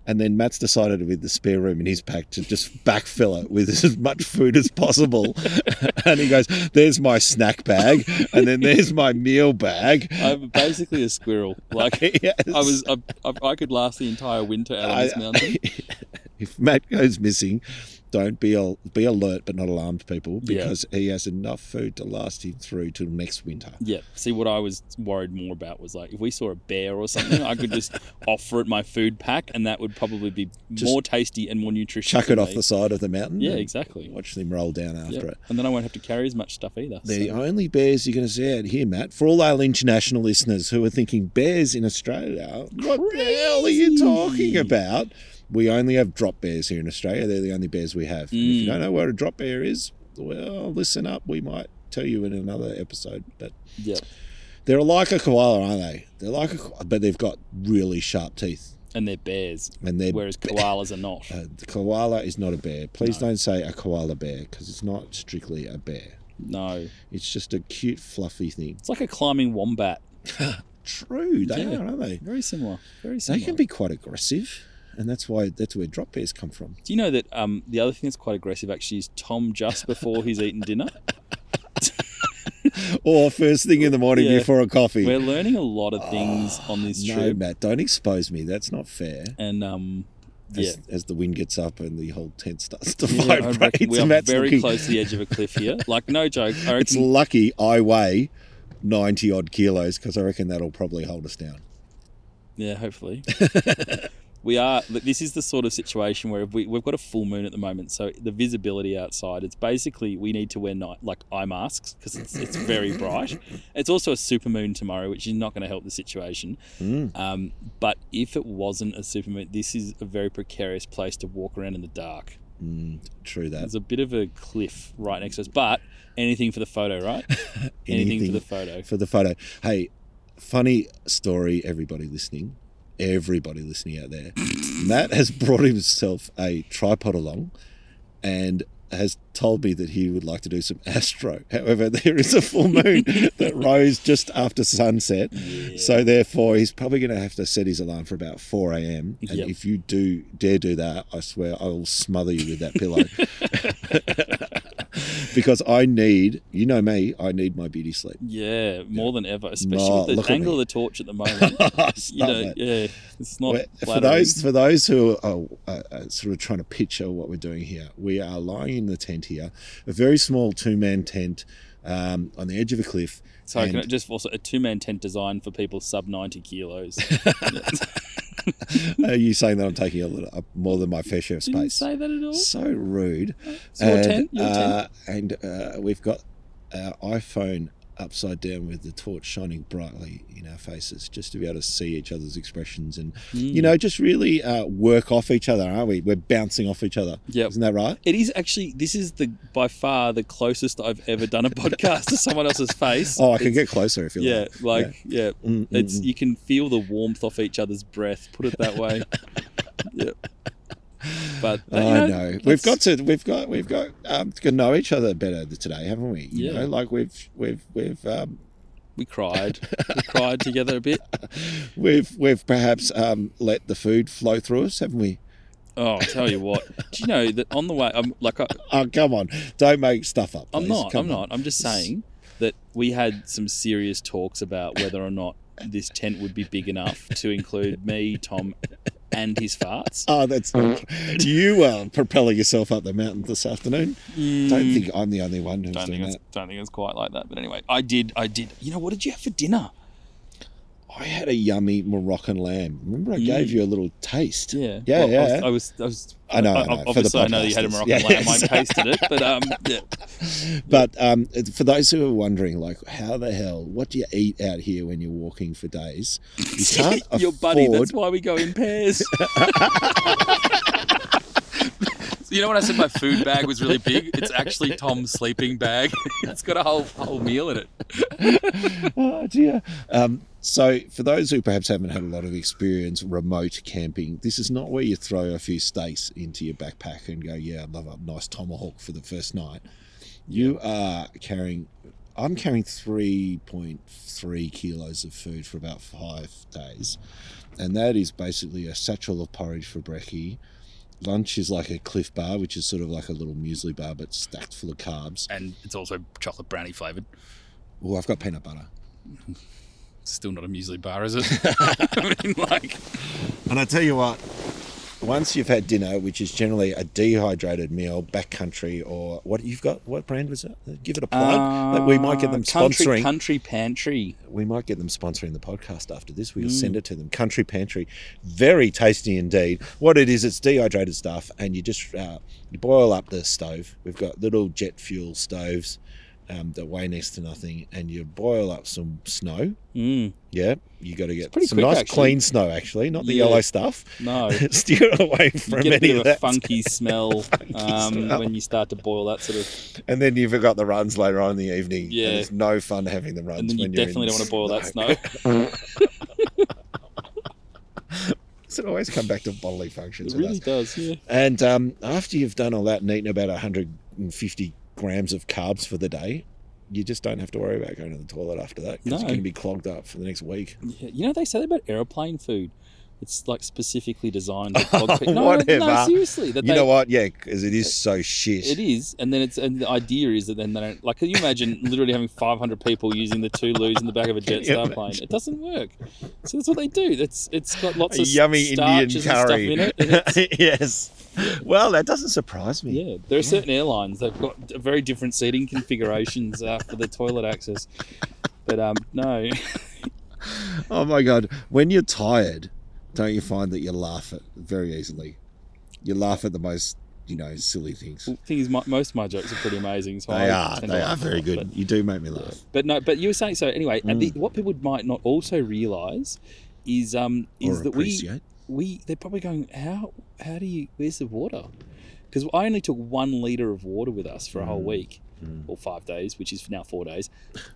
Speaker 5: And then Matt's decided with the spare room in his pack to just backfill it with (laughs) as much food as possible. (laughs) and he goes, There's my snack bag, and then there's my
Speaker 4: (laughs)
Speaker 5: meal bag.
Speaker 4: I'm basically a squirrel. Like,
Speaker 5: (laughs) Yes.
Speaker 4: I was, I, I, I could last the entire winter out of this
Speaker 5: I-
Speaker 4: mountain.
Speaker 5: (laughs) if Matt goes missing, don't be al- be alert but not alarmed, people,
Speaker 4: Yeah.
Speaker 5: because he has enough food to last him through till next winter.
Speaker 4: Yeah. See, what I was worried more about was like if we saw a bear or something, I could
Speaker 5: (laughs)
Speaker 4: just offer it my food pack, and that would probably be
Speaker 5: Just
Speaker 4: more tasty and more nutritious.
Speaker 5: Chuck it
Speaker 4: than
Speaker 5: off
Speaker 4: they-
Speaker 5: the side of the mountain.
Speaker 4: Yeah,
Speaker 5: and
Speaker 4: exactly.
Speaker 5: Watch them roll down after
Speaker 4: Yep.
Speaker 5: it.
Speaker 4: And then I won't have to carry as much stuff either.
Speaker 5: They're the
Speaker 4: so-
Speaker 5: only bears you're going to see out here, Matt. For all our international listeners who are thinking bears in Australia, what the hell are you talking
Speaker 4: Crazy.
Speaker 5: about? We only have drop bears here in Australia. They're the only bears we have. And if you
Speaker 4: Mm.
Speaker 5: don't know what a drop bear is, well, listen up. We might tell you in another episode. But
Speaker 4: Yeah.
Speaker 5: they're like a koala, aren't they? They're like a ko- but they've got really sharp teeth.
Speaker 4: And they're bears,
Speaker 5: And they're
Speaker 4: whereas koalas are not.
Speaker 5: (laughs) uh, the koala is not a bear. Please don't say a koala bear because it's not strictly a bear.
Speaker 4: No.
Speaker 5: It's just a cute, fluffy thing.
Speaker 4: It's like a climbing wombat.
Speaker 5: True, they
Speaker 4: Yeah.
Speaker 5: are, aren't they?
Speaker 4: Very similar. Very
Speaker 5: They
Speaker 4: similar.
Speaker 5: can be quite aggressive, and that's why that's where drop bears come from.
Speaker 4: Do you know that um, the other thing that's quite aggressive actually is Tom
Speaker 5: (laughs)
Speaker 4: just before he's eaten dinner?
Speaker 5: (laughs) Or first thing in the morning
Speaker 4: Yeah.
Speaker 5: before a coffee. (laughs)
Speaker 4: We're learning a lot of things on this
Speaker 5: Oh, no,
Speaker 4: trip.
Speaker 5: Matt, don't expose me. That's not fair.
Speaker 4: And
Speaker 5: (laughs)
Speaker 4: um, yeah.
Speaker 5: As, as the wind gets up and the whole tent starts to
Speaker 4: Yeah, I
Speaker 5: vibrate,
Speaker 4: reckon we are
Speaker 5: (laughs) Matt's
Speaker 4: very
Speaker 5: looking-
Speaker 4: close to the edge of a cliff
Speaker 5: (laughs)
Speaker 4: here. Like, no joke. I
Speaker 5: It's
Speaker 4: reckon
Speaker 5: lucky I weigh ninety odd kilos because I reckon that'll probably hold us down.
Speaker 4: Yeah,
Speaker 5: (laughs)
Speaker 4: hopefully. we are. This is the sort of situation where we, we've got a full moon at the moment, so the visibility outside. It's basically we need to wear night like eye masks because it's it's very bright. It's also a super moon tomorrow, which is not going to help the situation.
Speaker 5: Mm.
Speaker 4: Um, but if it wasn't a super moon, this is a very precarious place to walk around in the dark.
Speaker 5: Mm, true that.
Speaker 4: There's a bit of a cliff right next to us, but anything for the photo,
Speaker 5: (laughs)
Speaker 4: right? anything for the photo.
Speaker 5: for the photo. Hey, funny story, everybody listening, everybody listening out there. Matt has brought himself a tripod along and has told me that he would like to do some astro. (laughs) However, there is a full moon that rose just after sunset. So therefore, he's probably going to have to set his alarm for about 4 a.m. And
Speaker 4: Yep.
Speaker 5: if you do dare do that, I swear I will smother you with that pillow. (laughs) because I need, you know me, I need my beauty sleep.
Speaker 4: Yeah, more than ever, especially
Speaker 5: No,
Speaker 4: with
Speaker 5: look
Speaker 4: the
Speaker 5: at
Speaker 4: angle
Speaker 5: me.
Speaker 4: of the torch at the
Speaker 5: (laughs)
Speaker 4: moment. you
Speaker 5: Stop
Speaker 4: know,
Speaker 5: it.
Speaker 4: yeah, it's not
Speaker 5: We're- for
Speaker 4: flattering.
Speaker 5: those for those who are, uh, uh, sort of trying to picture what we're doing here, we are lying in the tent here, a very small two man tent um, on the edge of a cliff.
Speaker 4: So I can
Speaker 5: And-
Speaker 4: just also a two man tent design for people sub ninety
Speaker 5: (laughs)
Speaker 4: kilos.
Speaker 5: Are you saying that I'm taking a little up more than my fair share of
Speaker 4: Didn't
Speaker 5: space?
Speaker 4: say that at all.
Speaker 5: So rude.
Speaker 4: It's your tent. Your tent.
Speaker 5: uh, and uh, we've got our iPhone upside down with the torch shining brightly in our faces just to be able to see each other's expressions and,
Speaker 4: Hmm.
Speaker 5: you know, just really uh, work off each other, aren't we? We're bouncing off each other.
Speaker 4: Yep.
Speaker 5: Isn't that right?
Speaker 4: It is actually. This is the by far the closest I've ever
Speaker 5: (laughs)
Speaker 4: done a podcast to someone else's face.
Speaker 5: Oh, I can
Speaker 4: It's-
Speaker 5: get closer if you
Speaker 4: Yeah,
Speaker 5: like.
Speaker 4: like yeah,
Speaker 5: Mm, mm,
Speaker 4: it's
Speaker 5: mm.
Speaker 4: you can feel the warmth off each other's breath. Put it that
Speaker 5: (laughs)
Speaker 4: way. yep. But
Speaker 5: I
Speaker 4: uh, you know,
Speaker 5: know.
Speaker 4: that's-
Speaker 5: We've got to. We've got. We've got um, to know each other better today, haven't we? You
Speaker 4: Yeah.
Speaker 5: know, like we've we've we've um,
Speaker 4: We cried. we cried together a bit.
Speaker 5: we've we've perhaps um, let the food flow through us, haven't we?
Speaker 4: Oh, I'll tell you what. Do you know that on the way? I'm like I,
Speaker 5: Oh, come on! Don't make stuff up.
Speaker 4: I'm
Speaker 5: please.
Speaker 4: not.
Speaker 5: Come
Speaker 4: I'm
Speaker 5: on.
Speaker 4: not. I'm just saying that we had some serious talks about whether or not this tent would be big enough to include me, Tom, and his farts.
Speaker 5: Oh, that's you are propelling yourself up the mountain this afternoon. Don't think I'm the only one who's
Speaker 4: Mm. Don't
Speaker 5: doing
Speaker 4: think it's
Speaker 5: that.
Speaker 4: don't think it's quite like that. But anyway, I did. I did. You know what did you have for dinner?
Speaker 5: I had a yummy Moroccan lamb. Remember, I gave you a little taste.
Speaker 4: Mm. Yeah.
Speaker 5: yeah,
Speaker 4: Well,
Speaker 5: yeah.
Speaker 4: I was. I was. I, was
Speaker 5: I know, I know, for the
Speaker 4: obviously, I know that you had a
Speaker 5: podcasters.
Speaker 4: Moroccan
Speaker 5: Yeah,
Speaker 4: lamb. I
Speaker 5: yes.
Speaker 4: tasted it, but
Speaker 5: (laughs)
Speaker 4: um, yeah.
Speaker 5: But um, for those who are wondering, like, how the hell, what do you eat out here when you're walking for days?
Speaker 4: (laughs)
Speaker 5: You can't
Speaker 4: your
Speaker 5: afford.
Speaker 4: buddy. That's why we go in
Speaker 5: (laughs)
Speaker 4: pairs. you know when I said my food bag was really big? It's
Speaker 5: (laughs)
Speaker 4: actually Tom's sleeping bag. it's got a whole whole meal in it.
Speaker 5: oh dear. Um, so, for those who perhaps haven't had a lot of experience remote camping, this is not where you throw a few steaks into your backpack and go, "Yeah, I'd love a nice tomahawk for the first night." You are carrying. I'm carrying 3.3 kilos of food for about five days, and that is basically a satchel of porridge for brekkie. Lunch is like a cliff bar, which is sort of like a little muesli bar, but stacked full of carbs.
Speaker 4: And it's also chocolate brownie flavored.
Speaker 5: Oh, I've got peanut butter.
Speaker 4: Still not a muesli bar,
Speaker 5: (laughs)
Speaker 4: is it? (laughs) I mean, like,
Speaker 5: And I tell you what, once you've had dinner, which is generally a dehydrated meal, backcountry or what you've got, what brand was that? Give it a plug. Like, we might get them
Speaker 4: Uh, country,
Speaker 5: sponsoring.
Speaker 4: Country pantry.
Speaker 5: we might get them sponsoring the podcast after this.
Speaker 4: Mm.
Speaker 5: We'll send it to them. Country Pantry, very tasty indeed. What it is, it's dehydrated stuff, and you just uh, you boil up the stove. We've got little jet fuel stoves um, that weigh next to nothing, and you boil up some snow.
Speaker 4: Mm,
Speaker 5: Yeah, you got to get
Speaker 4: pretty
Speaker 5: some
Speaker 4: quick,
Speaker 5: nice
Speaker 4: actually.
Speaker 5: clean snow actually, not the
Speaker 4: Yeah.
Speaker 5: yellow stuff
Speaker 4: no.
Speaker 5: (laughs) steer away
Speaker 4: You
Speaker 5: from
Speaker 4: get a
Speaker 5: any
Speaker 4: bit
Speaker 5: of,
Speaker 4: of a
Speaker 5: that. (laughs)
Speaker 4: funky smell, um,
Speaker 5: smell.
Speaker 4: when you start to boil that sort of
Speaker 5: And then you've got the runs later on in the evening.
Speaker 4: Yeah.
Speaker 5: and it's no fun having the runs.
Speaker 4: and then you
Speaker 5: when you're
Speaker 4: definitely
Speaker 5: in
Speaker 4: don't want to boil that
Speaker 5: snow.
Speaker 4: snow.
Speaker 5: (laughs) Does It always come back to bodily functions.
Speaker 4: It
Speaker 5: with
Speaker 4: really
Speaker 5: us.
Speaker 4: does, yeah.
Speaker 5: And um, after you've done all that and eaten about 150 grams of carbs for the day, you just don't have to worry about going to the toilet after that. 'cause It's
Speaker 4: No.
Speaker 5: going to be clogged up for the next week.
Speaker 4: Yeah, you know they say that about aeroplane food. It's like specifically designed.
Speaker 5: (laughs)
Speaker 4: To clog pe- no, no, No,
Speaker 5: Whatever.
Speaker 4: seriously. That
Speaker 5: Oh, you
Speaker 4: they,
Speaker 5: know what? Yeah, because it is so shit.
Speaker 4: It is, and then it's and the idea is that then they don't like. Can you imagine literally having 500 people using the two loos in the back of a jet
Speaker 5: you
Speaker 4: star plane? It doesn't work. So that's what they do. That's it's got lots of
Speaker 5: Yummy Indian
Speaker 4: starches and
Speaker 5: curry. (laughs)
Speaker 4: stuff in it.
Speaker 5: yes. Well, that doesn't surprise me.
Speaker 4: Yeah, there are certain airlines they've got very different seating configurations uh, for the toilet access. But um, no, (laughs)
Speaker 5: Oh my god! When you're tired, don't you find that you laugh at very easily? You laugh at the most, you know, silly things.
Speaker 4: Well, thing is, my, most of my jokes are pretty amazing. So
Speaker 5: They
Speaker 4: I
Speaker 5: are.
Speaker 4: tend to
Speaker 5: They
Speaker 4: laugh
Speaker 5: are
Speaker 4: a
Speaker 5: very
Speaker 4: lot,
Speaker 5: good. Mm. You do make me laugh.
Speaker 4: But no, but you were saying so anyway. And the, what people might not also realise is um is
Speaker 5: Or
Speaker 4: that we
Speaker 5: appreciate. (laughs)
Speaker 4: we they're probably going how how do you where's the water? Because I only took one liter of water with us for a
Speaker 5: Mm.
Speaker 4: whole week or five days, which is now four days,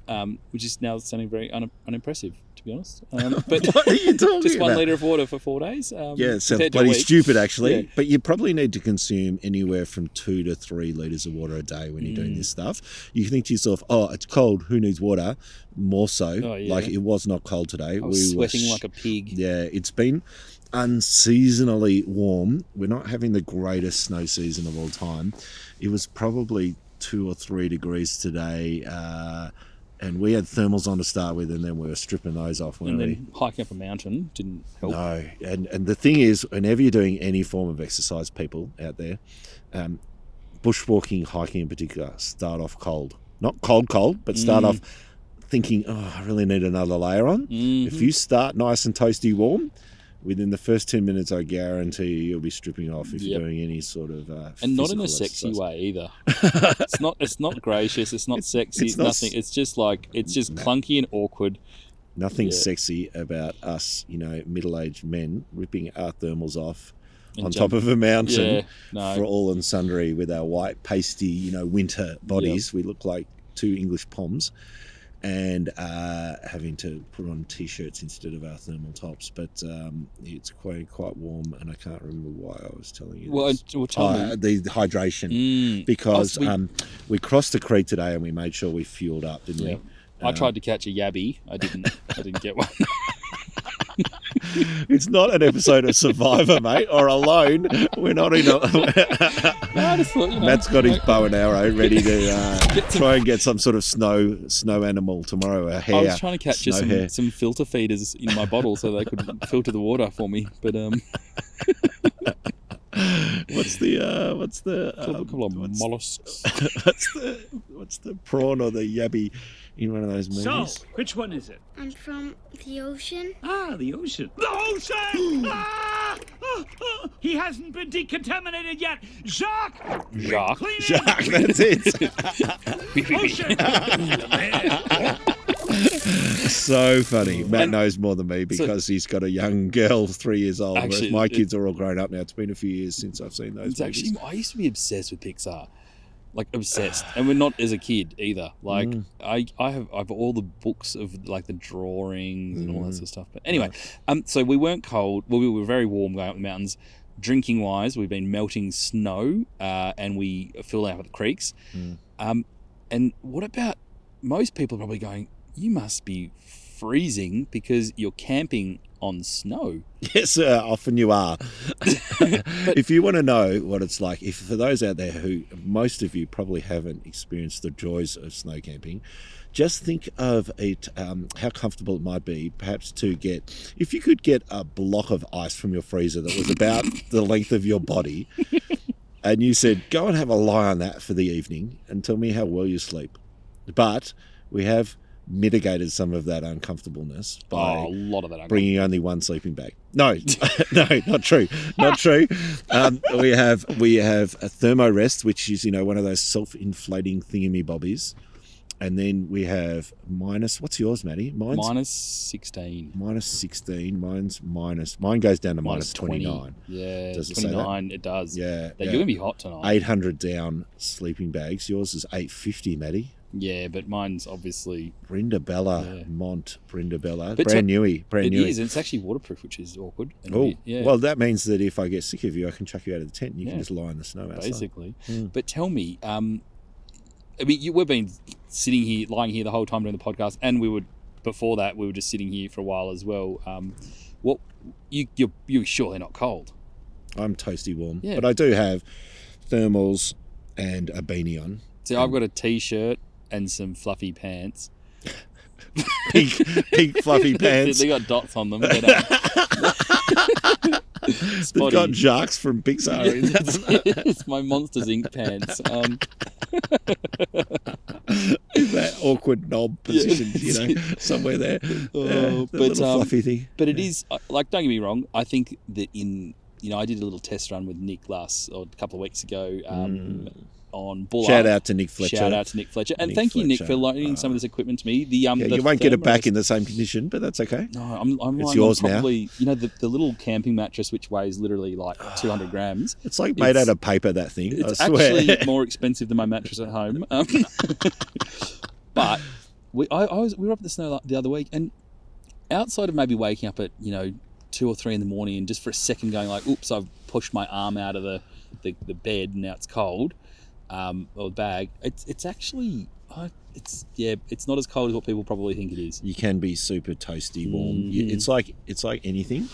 Speaker 4: um, which is now sounding very un- unimpressive to be honest. Um, but
Speaker 5: (laughs) What
Speaker 4: (laughs)
Speaker 5: are you talking
Speaker 4: just one
Speaker 5: about?
Speaker 4: liter of water for four days. Um,
Speaker 5: Yeah, it sounds
Speaker 4: compared to a
Speaker 5: bloody
Speaker 4: week.
Speaker 5: stupid, actually.
Speaker 4: Yeah.
Speaker 5: But you probably need to consume anywhere from two to three liters of water a day when you're doing
Speaker 4: Mm.
Speaker 5: this stuff. You think to yourself, "Oh, it's cold. Who needs water?" More so,
Speaker 4: Oh, yeah.
Speaker 5: like it was not cold today.
Speaker 4: I was sweating
Speaker 5: sh-
Speaker 4: like a pig.
Speaker 5: Yeah, it's been unseasonally warm. We're not having the greatest snow season of all time. It was probably two or three degrees today, uh, and we had thermals on to start with, and then we were stripping those off,
Speaker 4: And
Speaker 5: weren't we?
Speaker 4: then hiking up a mountain didn't help.
Speaker 5: No, and and the thing is, whenever you're doing any form of exercise, people out there, um, bushwalking, hiking in particular, start off cold. not cold, cold, but start
Speaker 4: Mm.
Speaker 5: off thinking, oh, I really need another layer on.
Speaker 4: Mm-hmm.
Speaker 5: If you start nice and toasty warm, within the first 10 minutes, I guarantee you, you'll be stripping off
Speaker 4: Yep.
Speaker 5: if you're doing any sort of. Uh,
Speaker 4: and not in
Speaker 5: physical
Speaker 4: a sexy
Speaker 5: exercise.
Speaker 4: way
Speaker 5: (laughs)
Speaker 4: either. it's not. It's not gracious. It's not sexy.
Speaker 5: it's
Speaker 4: It's
Speaker 5: not
Speaker 4: nothing.
Speaker 5: s-
Speaker 4: It's just like it's just clunky and awkward.
Speaker 5: Nothing
Speaker 4: Yeah.
Speaker 5: sexy about us, you know, middle aged men ripping our thermals off
Speaker 4: and
Speaker 5: on
Speaker 4: jump-
Speaker 5: top of a mountain.
Speaker 4: yeah, no,
Speaker 5: for all and sundry with our white, pasty, you know, winter bodies. We look like two English poms and uh, having to put on t shirts instead of our thermal tops. But um, it's quite, quite warm, and I can't remember why I was telling you.
Speaker 4: well,
Speaker 5: this.
Speaker 4: and- well, tell
Speaker 5: Uh,
Speaker 4: me.
Speaker 5: the hydration.
Speaker 4: Mm,
Speaker 5: Because
Speaker 4: Oh, we-
Speaker 5: um, we crossed the creek today and we made sure we fueled up, didn't
Speaker 4: Yeah.
Speaker 5: we?
Speaker 4: I tried to catch a yabby. I didn't. I didn't get one. (laughs)
Speaker 5: It's not an episode of Survivor, mate, or Alone. We're not in
Speaker 4: (laughs)
Speaker 5: a. (laughs)
Speaker 4: No, I just thought, you know,
Speaker 5: Matt's got his
Speaker 4: like,
Speaker 5: bow and arrow ready to uh,
Speaker 4: Get some-
Speaker 5: try and get some sort of snow snow animal tomorrow. A hare.
Speaker 4: I was trying to catch
Speaker 5: snow
Speaker 4: just some,
Speaker 5: hare.
Speaker 4: some filter feeders in my bottle so they
Speaker 5: (laughs)
Speaker 4: could filter the water for me. But um,
Speaker 5: What's the uh, what's the
Speaker 4: a couple,
Speaker 5: um,
Speaker 4: couple of
Speaker 5: what's, (laughs)
Speaker 4: mollusks.
Speaker 5: what's the what's the prawn or the yabby in one of those movies?
Speaker 7: So, which one is it?
Speaker 8: I'm from the ocean.
Speaker 7: Ah, the ocean. The (gasps) ocean! ah! Oh, oh, he hasn't been decontaminated yet. Jacques!
Speaker 4: Jacques.
Speaker 7: Clean
Speaker 5: Jack,
Speaker 4: (laughs)
Speaker 5: that's it.
Speaker 7: ocean!
Speaker 5: so funny. Matt
Speaker 4: And-
Speaker 5: knows more than me because he's got a young girl, three years old.
Speaker 4: Actually,
Speaker 5: whereas my
Speaker 4: it-
Speaker 5: kids are all grown up now. It's been a few years since I've seen those.
Speaker 4: It's
Speaker 5: movies.
Speaker 4: actually I used to be obsessed with Pixar, like obsessed, and we're not as a kid either. Like
Speaker 5: Mm.
Speaker 4: I, I have I've all the books of like the drawings and all
Speaker 5: Mm-hmm.
Speaker 4: that sort of stuff. But anyway, um, so we weren't cold. Well, we were very warm going up the mountains. Drinking wise, we've been melting snow, uh, and we fill out at the creeks.
Speaker 5: Mm.
Speaker 4: Um, and what about most people are probably going? You must be freezing because you're camping on snow.
Speaker 5: (laughs) Yes, sir. Often you are. if you want to know what it's like, if for those out there who most of you probably haven't experienced the joys of snow camping, just think of it, um, how comfortable it might be, perhaps to get, if you could get a block of ice from your freezer that was about the length of your body, and you said, go and have a lie on that for the evening and tell me how well you sleep. But we have mitigated some of that uncomfortableness by
Speaker 4: Oh, a lot of that. I'm
Speaker 5: bringing only one sleeping bag. No, (laughs) no, not true, not true. Um, we have we have a thermo rest, which is you know one of those self-inflating thingy bobbies, and then we have minus. What's yours, Maddie? Mine's
Speaker 4: minus sixteen.
Speaker 5: minus sixteen. Mine's minus. Mine goes down to minus, minus twenty-nine.
Speaker 4: Yeah,
Speaker 5: Does it say that?
Speaker 4: 29. It does.
Speaker 5: Yeah,
Speaker 4: That- You're going to be hot tonight.
Speaker 5: eight hundred down sleeping bags. Yours is eight fifty, Maddie.
Speaker 4: Yeah, but mine's obviously.
Speaker 5: Brenda Bella
Speaker 4: Yeah.
Speaker 5: Mont Brenda Bella,
Speaker 4: But
Speaker 5: brand newy,
Speaker 4: It is.
Speaker 5: brand newy.
Speaker 4: and it's actually waterproof, which is awkward. and
Speaker 5: Oh,
Speaker 4: weird. yeah.
Speaker 5: well, that means that if I get sick of you, I can chuck you out of the tent and you
Speaker 4: Yeah.
Speaker 5: can just lie in the snow outside.
Speaker 4: basically.
Speaker 5: Mm.
Speaker 4: But tell me, um, I mean, you, we've been sitting here, lying here the whole time doing the podcast, and we were before that we were just sitting here for a while as well. Um, what you you're, you're surely not cold?
Speaker 5: I'm toasty warm,
Speaker 4: Yeah.
Speaker 5: but I do have thermals and a beanie
Speaker 4: (laughs)
Speaker 5: on.
Speaker 4: See, I've got a t-shirt and some fluffy pants.
Speaker 5: Pink, pink fluffy pants.
Speaker 4: they got dots on them. But,
Speaker 5: (laughs)
Speaker 4: uh,
Speaker 5: They've got
Speaker 4: spotty.
Speaker 5: jacks from Pixar.
Speaker 4: Yeah,
Speaker 5: in (laughs) them.
Speaker 4: that's it. (laughs) it's my Monsters Inc. pants. Um,
Speaker 5: that awkward
Speaker 4: (laughs)
Speaker 5: knob
Speaker 4: Yeah,
Speaker 5: position,
Speaker 4: that's
Speaker 5: you know, somewhere there.
Speaker 4: Oh,
Speaker 5: yeah, that
Speaker 4: but,
Speaker 5: little
Speaker 4: um,
Speaker 5: fluffy thing.
Speaker 4: but it is I- like, don't get me wrong. I think that in you know, I did a little test run with Nick last or a couple of weeks ago um, on Bull.
Speaker 5: Mm.
Speaker 4: Ark.
Speaker 5: Shout out to Nick Fletcher.
Speaker 4: Shout out to Nick Fletcher, and
Speaker 5: Nick
Speaker 4: thank you, Nick,
Speaker 5: Fletcher.
Speaker 4: for loaning some of this equipment to me. The um,
Speaker 5: Yeah,
Speaker 4: the
Speaker 5: you won't get it back
Speaker 4: thermos-
Speaker 5: in the same condition, but that's okay.
Speaker 4: (laughs) No, I'm, I'm
Speaker 5: It's
Speaker 4: lying on
Speaker 5: yours now.
Speaker 4: probably, You know, the, the little camping mattress which weighs literally like
Speaker 5: (sighs)
Speaker 4: 200 grams.
Speaker 5: It's like made
Speaker 4: It's-
Speaker 5: out of paper. That thing.
Speaker 4: It's
Speaker 5: I swear.
Speaker 4: actually
Speaker 5: (laughs)
Speaker 4: more expensive than my mattress at home. Um, (laughs) but we, I, I was, we were up at the snow the other week, and outside of maybe waking up at you know two or three in the morning, and just for a second going like, "Oops, I've pushed my arm out of the the, the bed, now it's cold," um, or the bag. It's it's actually. I it's yeah, it's not as cold as what people probably think it is.
Speaker 5: you can be super toasty warm. You-
Speaker 4: Mhm.
Speaker 5: It's like it's like anything.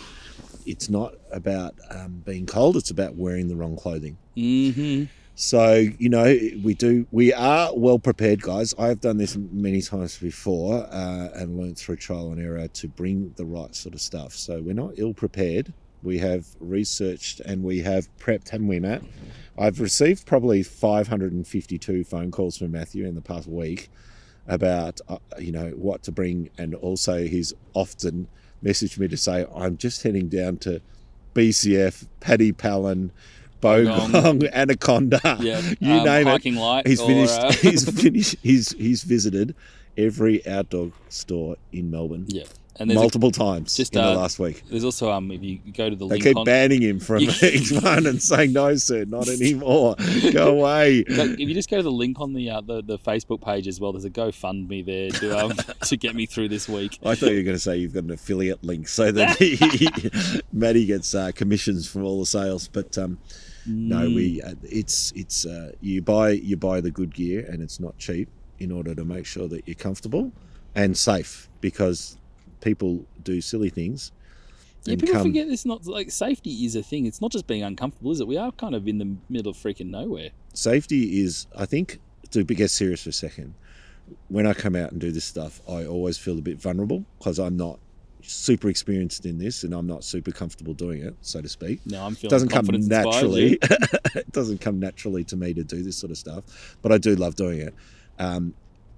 Speaker 5: It's not about um, being cold. It's about wearing the wrong clothing.
Speaker 4: Mm-hmm.
Speaker 5: So you know we do we are well prepared, guys. I've done this many times before uh, and learned through trial and error to bring the right sort of stuff. So we're not ill prepared. We have researched and we have prepped, haven't we, Matt? I've received probably 552 phone calls from Matthew in the past week about uh, you know what to bring, and also he's often messaged me to say I'm just heading down to BCF, Paddy Palin, Bogong, Anaconda,
Speaker 4: (laughs) Yeah,
Speaker 5: (laughs) you
Speaker 4: um,
Speaker 5: name it.
Speaker 4: hiking light.
Speaker 5: He's
Speaker 4: or,
Speaker 5: finished.
Speaker 4: uh,
Speaker 5: (laughs)
Speaker 4: (laughs)
Speaker 5: he's finished. He's he's visited every outdoor store in Melbourne
Speaker 4: yeah, and there's a-
Speaker 5: multiple times
Speaker 4: just,
Speaker 5: in the
Speaker 4: uh,
Speaker 5: last week.
Speaker 4: There's also um if you go to the
Speaker 5: They
Speaker 4: link
Speaker 5: keep
Speaker 4: on-
Speaker 5: banning
Speaker 4: (laughs)
Speaker 5: him from (laughs)
Speaker 4: Yeah.
Speaker 5: each one and saying, "No, sir, not anymore.
Speaker 4: (laughs)
Speaker 5: Go away."
Speaker 4: Go- if you just go to the link on the, uh, the the Facebook page as well, there's a GoFundMe there to
Speaker 5: (laughs)
Speaker 4: um, to get me through this week.
Speaker 5: I thought you were going to say you've got an affiliate
Speaker 4: (laughs)
Speaker 5: link so that he, (laughs) Maddie gets uh, commissions from all the sales. But um, no,
Speaker 4: Mm.
Speaker 5: we uh, it's it's uh, you buy you buy the good gear and it's not cheap in order to make sure that you're comfortable and safe because people do silly things.
Speaker 4: Yeah,
Speaker 5: and
Speaker 4: people
Speaker 5: come-
Speaker 4: forget it's not like safety is a thing. It's not just being uncomfortable, is it? We are kind of in the middle of freaking nowhere.
Speaker 5: safety is i think to be- get serious for a second when i come out and do this stuff i always feel a bit vulnerable because i'm not super experienced in this and i'm not super comfortable doing it so to speak
Speaker 4: Now I'm
Speaker 5: it
Speaker 4: feeling
Speaker 5: doesn't come
Speaker 4: confidence inspired,
Speaker 5: naturally
Speaker 4: yeah.
Speaker 5: (laughs) it doesn't come naturally to me to do this sort of stuff but i do love doing it um,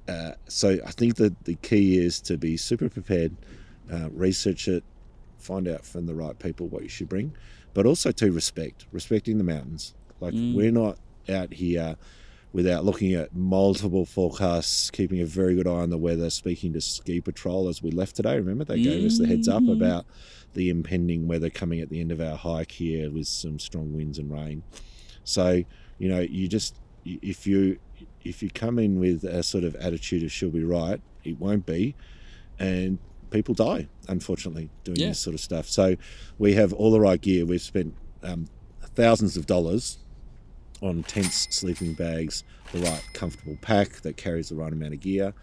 Speaker 5: uh, so i think that the key is to be super prepared uh, research it find out from the right people what you should bring but also to respect respecting the mountains like
Speaker 4: Mm.
Speaker 5: we're not out here without looking at multiple forecasts keeping a very good eye on the weather speaking to ski patrol as we left today remember they gave us the heads up
Speaker 4: Mm.
Speaker 5: about the impending weather coming at the end of our hike here with some strong winds and rain so you know you just if you if you come in with a sort of attitude of she'll be right it won't be and people die unfortunately doing
Speaker 4: Yeah.
Speaker 5: this sort of stuff so we have all the right gear we've spent um, thousands of dollars on tents sleeping bags the right comfortable pack that carries the right amount of gear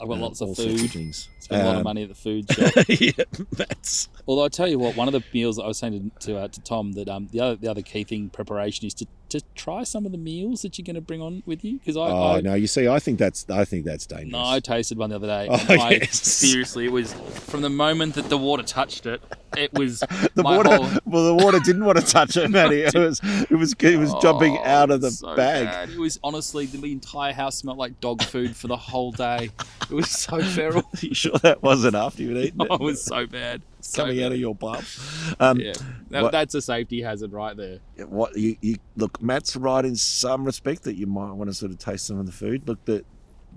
Speaker 4: I've got
Speaker 5: um,
Speaker 4: lots of
Speaker 5: all sorts
Speaker 4: food.
Speaker 5: things
Speaker 4: Spend a lot of
Speaker 5: Um,
Speaker 4: money at the food
Speaker 5: (laughs)
Speaker 4: shop.
Speaker 5: yeah that's
Speaker 4: Although I tell you what, one of the meals I was saying to to, uh, to Tom that um the other the other key thing preparation is to, to try some of the meals that you're going to bring on with you because I,
Speaker 5: oh
Speaker 4: I
Speaker 5: no you see i think that's i think that's dangerous
Speaker 4: No, I tasted one the other day.
Speaker 5: Oh,
Speaker 4: and (laughs) I,
Speaker 5: yes.
Speaker 4: Seriously, it was from the moment that the water touched it, it was
Speaker 5: (laughs) The
Speaker 4: my
Speaker 5: water,
Speaker 4: whole-
Speaker 5: (laughs) well, the water didn't want to touch it,
Speaker 4: (laughs)
Speaker 5: Matty. It was, it was, it was (laughs) jumping
Speaker 4: Oh,
Speaker 5: out of the
Speaker 4: so
Speaker 5: bag.
Speaker 4: bad. It was honestly the entire house smelled like dog food for the whole day. It was so (laughs) feral.
Speaker 5: (laughs) You sure that wasn't after you'd eaten it?
Speaker 4: (laughs) Oh, it was so bad.
Speaker 5: It's
Speaker 4: So
Speaker 5: coming
Speaker 4: bad.
Speaker 5: out of your bum. Um,
Speaker 4: Yeah, that,
Speaker 5: What-
Speaker 4: that's a safety hazard right there.
Speaker 5: What you, you look, Matt's right in some respect that you might want to sort of taste some of the food. Look, the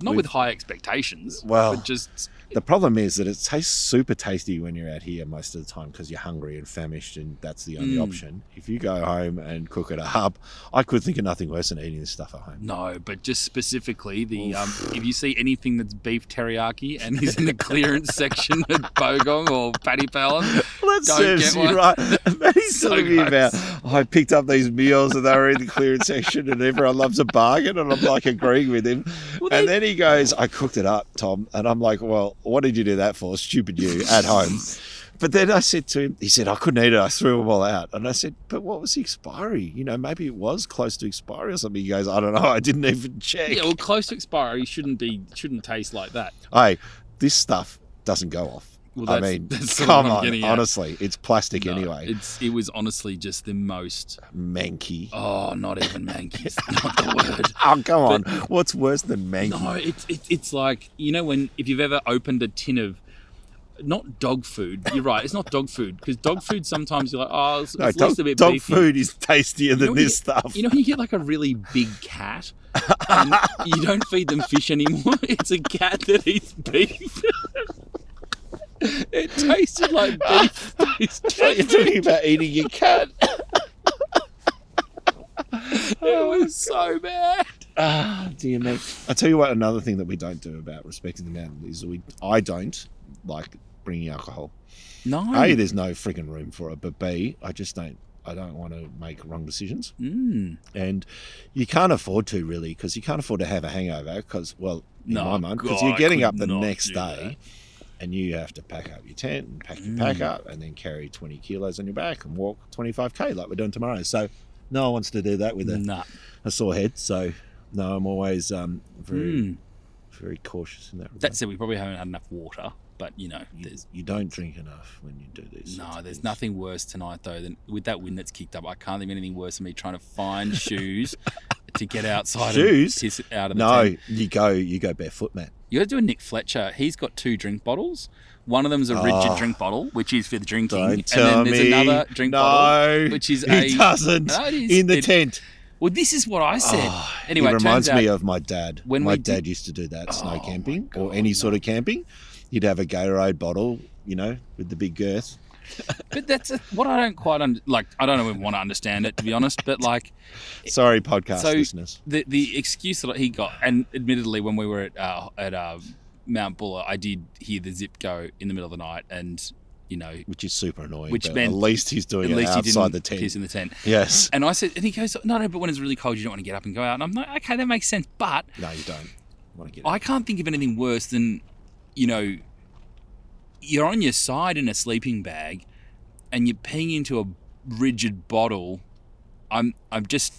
Speaker 4: Not
Speaker 5: We've-
Speaker 4: with high expectations.
Speaker 5: Well,
Speaker 4: but just
Speaker 5: the problem is that it tastes super tasty when you're out here most of the time because you're hungry and famished, and that's the only
Speaker 4: Mm.
Speaker 5: option. If you go home and cook at a hub, I could think of nothing worse than eating this stuff at home.
Speaker 4: no, but just specifically the um, if you see anything that's beef teriyaki and is in the clearance section at Bogong or Paddy Palin,
Speaker 5: (laughs) Well, that
Speaker 4: Don't
Speaker 5: serves
Speaker 4: get
Speaker 5: you
Speaker 4: one. (laughs)
Speaker 5: right. (laughs) Matty's
Speaker 4: So
Speaker 5: telling me about
Speaker 4: gross.
Speaker 5: I picked up these meals and they were in the clearance section, and everyone loves a bargain, and I'm like agreeing with him.
Speaker 4: Well,
Speaker 5: and
Speaker 4: they-
Speaker 5: then he goes, I cooked it up, Tom. And I'm like, well, what did you do that for? Stupid you
Speaker 4: (laughs)
Speaker 5: at home. But then I said to him, he said, I couldn't eat it. I threw them all out. And I said, but what was the expiry? You know, maybe it was close to expiry or something. He goes, I don't know. I didn't even check.
Speaker 4: yeah, well, close to expiry shouldn't be shouldn't taste like that.
Speaker 5: Hey, this stuff doesn't go off.
Speaker 4: Well,
Speaker 5: I
Speaker 4: that's-
Speaker 5: mean,
Speaker 4: that's sort of
Speaker 5: come
Speaker 4: what I'm
Speaker 5: on.
Speaker 4: getting at.
Speaker 5: Honestly, it's plastic
Speaker 4: No,
Speaker 5: anyway.
Speaker 4: It's it was honestly just the most
Speaker 5: manky.
Speaker 4: oh, not even
Speaker 5: (laughs)
Speaker 4: manky. (laughs) It's not the word.
Speaker 5: Oh, come on. What's worse than manky?
Speaker 4: No, it's it, it's like you know when if you've ever opened a tin of not dog food. You're right. It's not dog food because dog food sometimes you're like oh, it's,
Speaker 5: No,
Speaker 4: it's at least
Speaker 5: dog,
Speaker 4: a bit
Speaker 5: dog
Speaker 4: beefy.
Speaker 5: food is (laughs) tastier than
Speaker 4: know when
Speaker 5: this
Speaker 4: you-
Speaker 5: stuff.
Speaker 4: You know when you get like a really big cat,
Speaker 5: (laughs)
Speaker 4: and you don't feed them fish anymore. (laughs) It's a cat that eats beef. (laughs) it tasted like beef.
Speaker 5: (laughs)
Speaker 4: It's
Speaker 5: What You're
Speaker 4: tasty.
Speaker 5: talking about eating your cat. (laughs)
Speaker 4: oh, It was so bad.
Speaker 5: Ah, dear me. I tell you what, another thing that we don't do about respecting the mountain is we. I don't like bringing alcohol.
Speaker 4: No.
Speaker 5: A, there's no freaking room for it. But B, I just don't. I don't want to make wrong decisions.
Speaker 4: Mm.
Speaker 5: and you can't afford to really because you can't afford to have a hangover because well in
Speaker 4: No,
Speaker 5: my mind because
Speaker 4: God,
Speaker 5: you're
Speaker 4: I
Speaker 5: getting
Speaker 4: could
Speaker 5: up the
Speaker 4: not
Speaker 5: next
Speaker 4: do
Speaker 5: day and you have to pack up your tent and pack your
Speaker 4: Mm.
Speaker 5: pack up and then carry 20 kilos on your back and walk 25k like we're doing tomorrow so no one wants to do that with a,
Speaker 4: Nah.
Speaker 5: a sore head so no i'm always um very
Speaker 4: Mm.
Speaker 5: very cautious in that regard.
Speaker 4: That said, we probably haven't had enough water. But you know,
Speaker 5: You,
Speaker 4: there's
Speaker 5: you don't drink enough when you do these. sorts
Speaker 4: no,
Speaker 5: of
Speaker 4: there's
Speaker 5: things.
Speaker 4: nothing worse tonight though than with that wind that's kicked up. I can't think of anything worse than me trying to find shoes to get outside.
Speaker 5: Shoes?
Speaker 4: and piss it out of the tent.
Speaker 5: No, you go, you go barefoot, man.
Speaker 4: You got to do a Nick Fletcher. He's got two drink bottles. One of them's a rigid
Speaker 5: Oh.
Speaker 4: drink bottle, which is for the drinking,
Speaker 5: Don't
Speaker 4: and
Speaker 5: tell
Speaker 4: then there's
Speaker 5: me.
Speaker 4: another drink
Speaker 5: no, (laughs)
Speaker 4: bottle, which is
Speaker 5: he
Speaker 4: a.
Speaker 5: doesn't
Speaker 4: No, it is.
Speaker 5: in the
Speaker 4: It-
Speaker 5: tent.
Speaker 4: Well, this is what I said.
Speaker 5: Oh,
Speaker 4: anyway,
Speaker 5: it
Speaker 4: it
Speaker 5: reminds
Speaker 4: turns
Speaker 5: me
Speaker 4: out-
Speaker 5: of my dad.
Speaker 4: when
Speaker 5: my
Speaker 4: we
Speaker 5: dad
Speaker 4: did-
Speaker 5: used to do that
Speaker 4: Oh,
Speaker 5: snow
Speaker 4: my
Speaker 5: camping or
Speaker 4: God,
Speaker 5: any sort of camping. He'd have a Gatorade bottle, you know, with the big girth.
Speaker 4: But that's a, what I don't quite un- like. I don't even want to understand it to be honest. But like
Speaker 5: Sorry, podcast
Speaker 4: So-
Speaker 5: listeners.
Speaker 4: the the excuse that he got, and admittedly, when we were at uh, at uh, Mount Buller, I did hear the zip go in the middle of the night, and you know,
Speaker 5: Which is super annoying.
Speaker 4: Which
Speaker 5: but
Speaker 4: meant-
Speaker 5: at least he's doing
Speaker 4: at
Speaker 5: it
Speaker 4: least he
Speaker 5: Oh, outside
Speaker 4: didn't
Speaker 5: the tent.
Speaker 4: piss in the tent.
Speaker 5: (laughs) yes.
Speaker 4: And I said, and he goes, no, no, but when it's really cold, you don't want to get up and go out. And I'm like, okay, that makes sense, but
Speaker 5: No, you don't want to
Speaker 4: (laughs)
Speaker 5: get.
Speaker 4: I can't think of anything worse than, you know, you're on your side in a sleeping bag, and you're peeing into a rigid bottle. I'm, I'm just,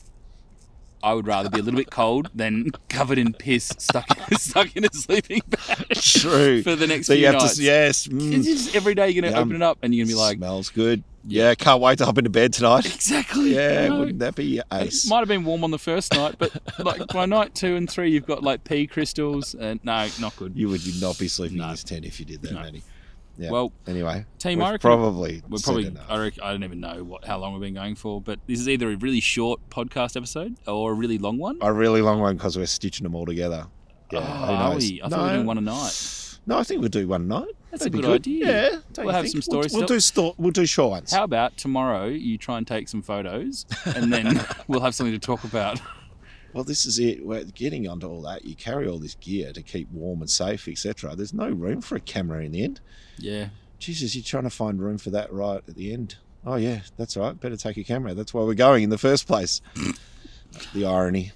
Speaker 4: I would rather be a little bit cold than (laughs) covered in piss, stuck, (laughs) stuck in a sleeping bag.
Speaker 5: True.
Speaker 4: For the next
Speaker 5: so
Speaker 4: few
Speaker 5: you have
Speaker 4: nights.
Speaker 5: to. Yes. mm,
Speaker 4: It's just every day you're gonna
Speaker 5: Yum.
Speaker 4: open it up and you're gonna be like,
Speaker 5: smells good. Yeah, can't wait to hop into bed tonight.
Speaker 4: exactly.
Speaker 5: Yeah,
Speaker 4: you know?
Speaker 5: wouldn't that be ace?
Speaker 4: It might have been warm on the first night,
Speaker 5: (laughs)
Speaker 4: but like by night two and three, you've got like pea crystals, and no, not good.
Speaker 5: You would not be sleeping
Speaker 4: No.
Speaker 5: in this tent if you did that,
Speaker 4: No.
Speaker 5: Matty. Yeah.
Speaker 4: Well,
Speaker 5: anyway,
Speaker 4: team, I
Speaker 5: we've
Speaker 4: reckon-
Speaker 5: probably
Speaker 4: We're
Speaker 5: said
Speaker 4: probably,
Speaker 5: enough.
Speaker 4: I, reckon, I don't even know what how long we've been going for, but this is either a really short podcast episode or a really long one.
Speaker 5: a really long one because we're stitching them all together. Yeah,
Speaker 4: Oh,
Speaker 5: who
Speaker 4: are
Speaker 5: knows?
Speaker 4: we? I thought we were doing one a night.
Speaker 5: No, I think we'll do one a night.
Speaker 4: That's
Speaker 5: That'd
Speaker 4: a
Speaker 5: be
Speaker 4: good idea.
Speaker 5: Yeah, don't
Speaker 4: We'll
Speaker 5: you
Speaker 4: have
Speaker 5: think?
Speaker 4: some stories
Speaker 5: We'll, we'll
Speaker 4: still-
Speaker 5: do sto- we'll do short ones.
Speaker 4: How about tomorrow you try and take some photos, and
Speaker 5: (laughs)
Speaker 4: then we'll have something to talk about.
Speaker 5: Well, this is it. We're getting onto all that. You carry all this gear to keep warm and safe, etc. There's no room for a camera in the end.
Speaker 4: Yeah,
Speaker 5: Jesus, you're trying to find room for that right at the end. Oh yeah, that's all right. Better take a camera. That's why we're going in the first place. the irony.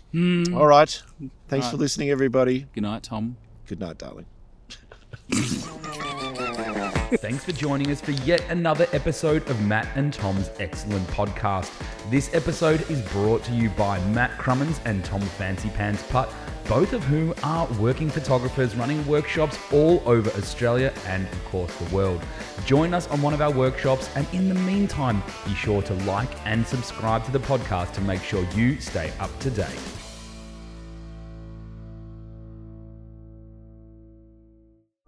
Speaker 5: All right. Thanks for
Speaker 4: Right.
Speaker 5: listening, everybody.
Speaker 4: good night, Tom.
Speaker 5: Good night, darling.
Speaker 9: Thanks for joining us for yet another episode of Matt and Tom's Excellent Podcast. This episode is brought to you by Matt Crummins and Tom Fancy Pants Putt, both of whom are working photographers running workshops all over Australia and, of course, the world. Join us on one of our workshops, and in the meantime, be sure to like and subscribe to the podcast to make sure you stay up to date.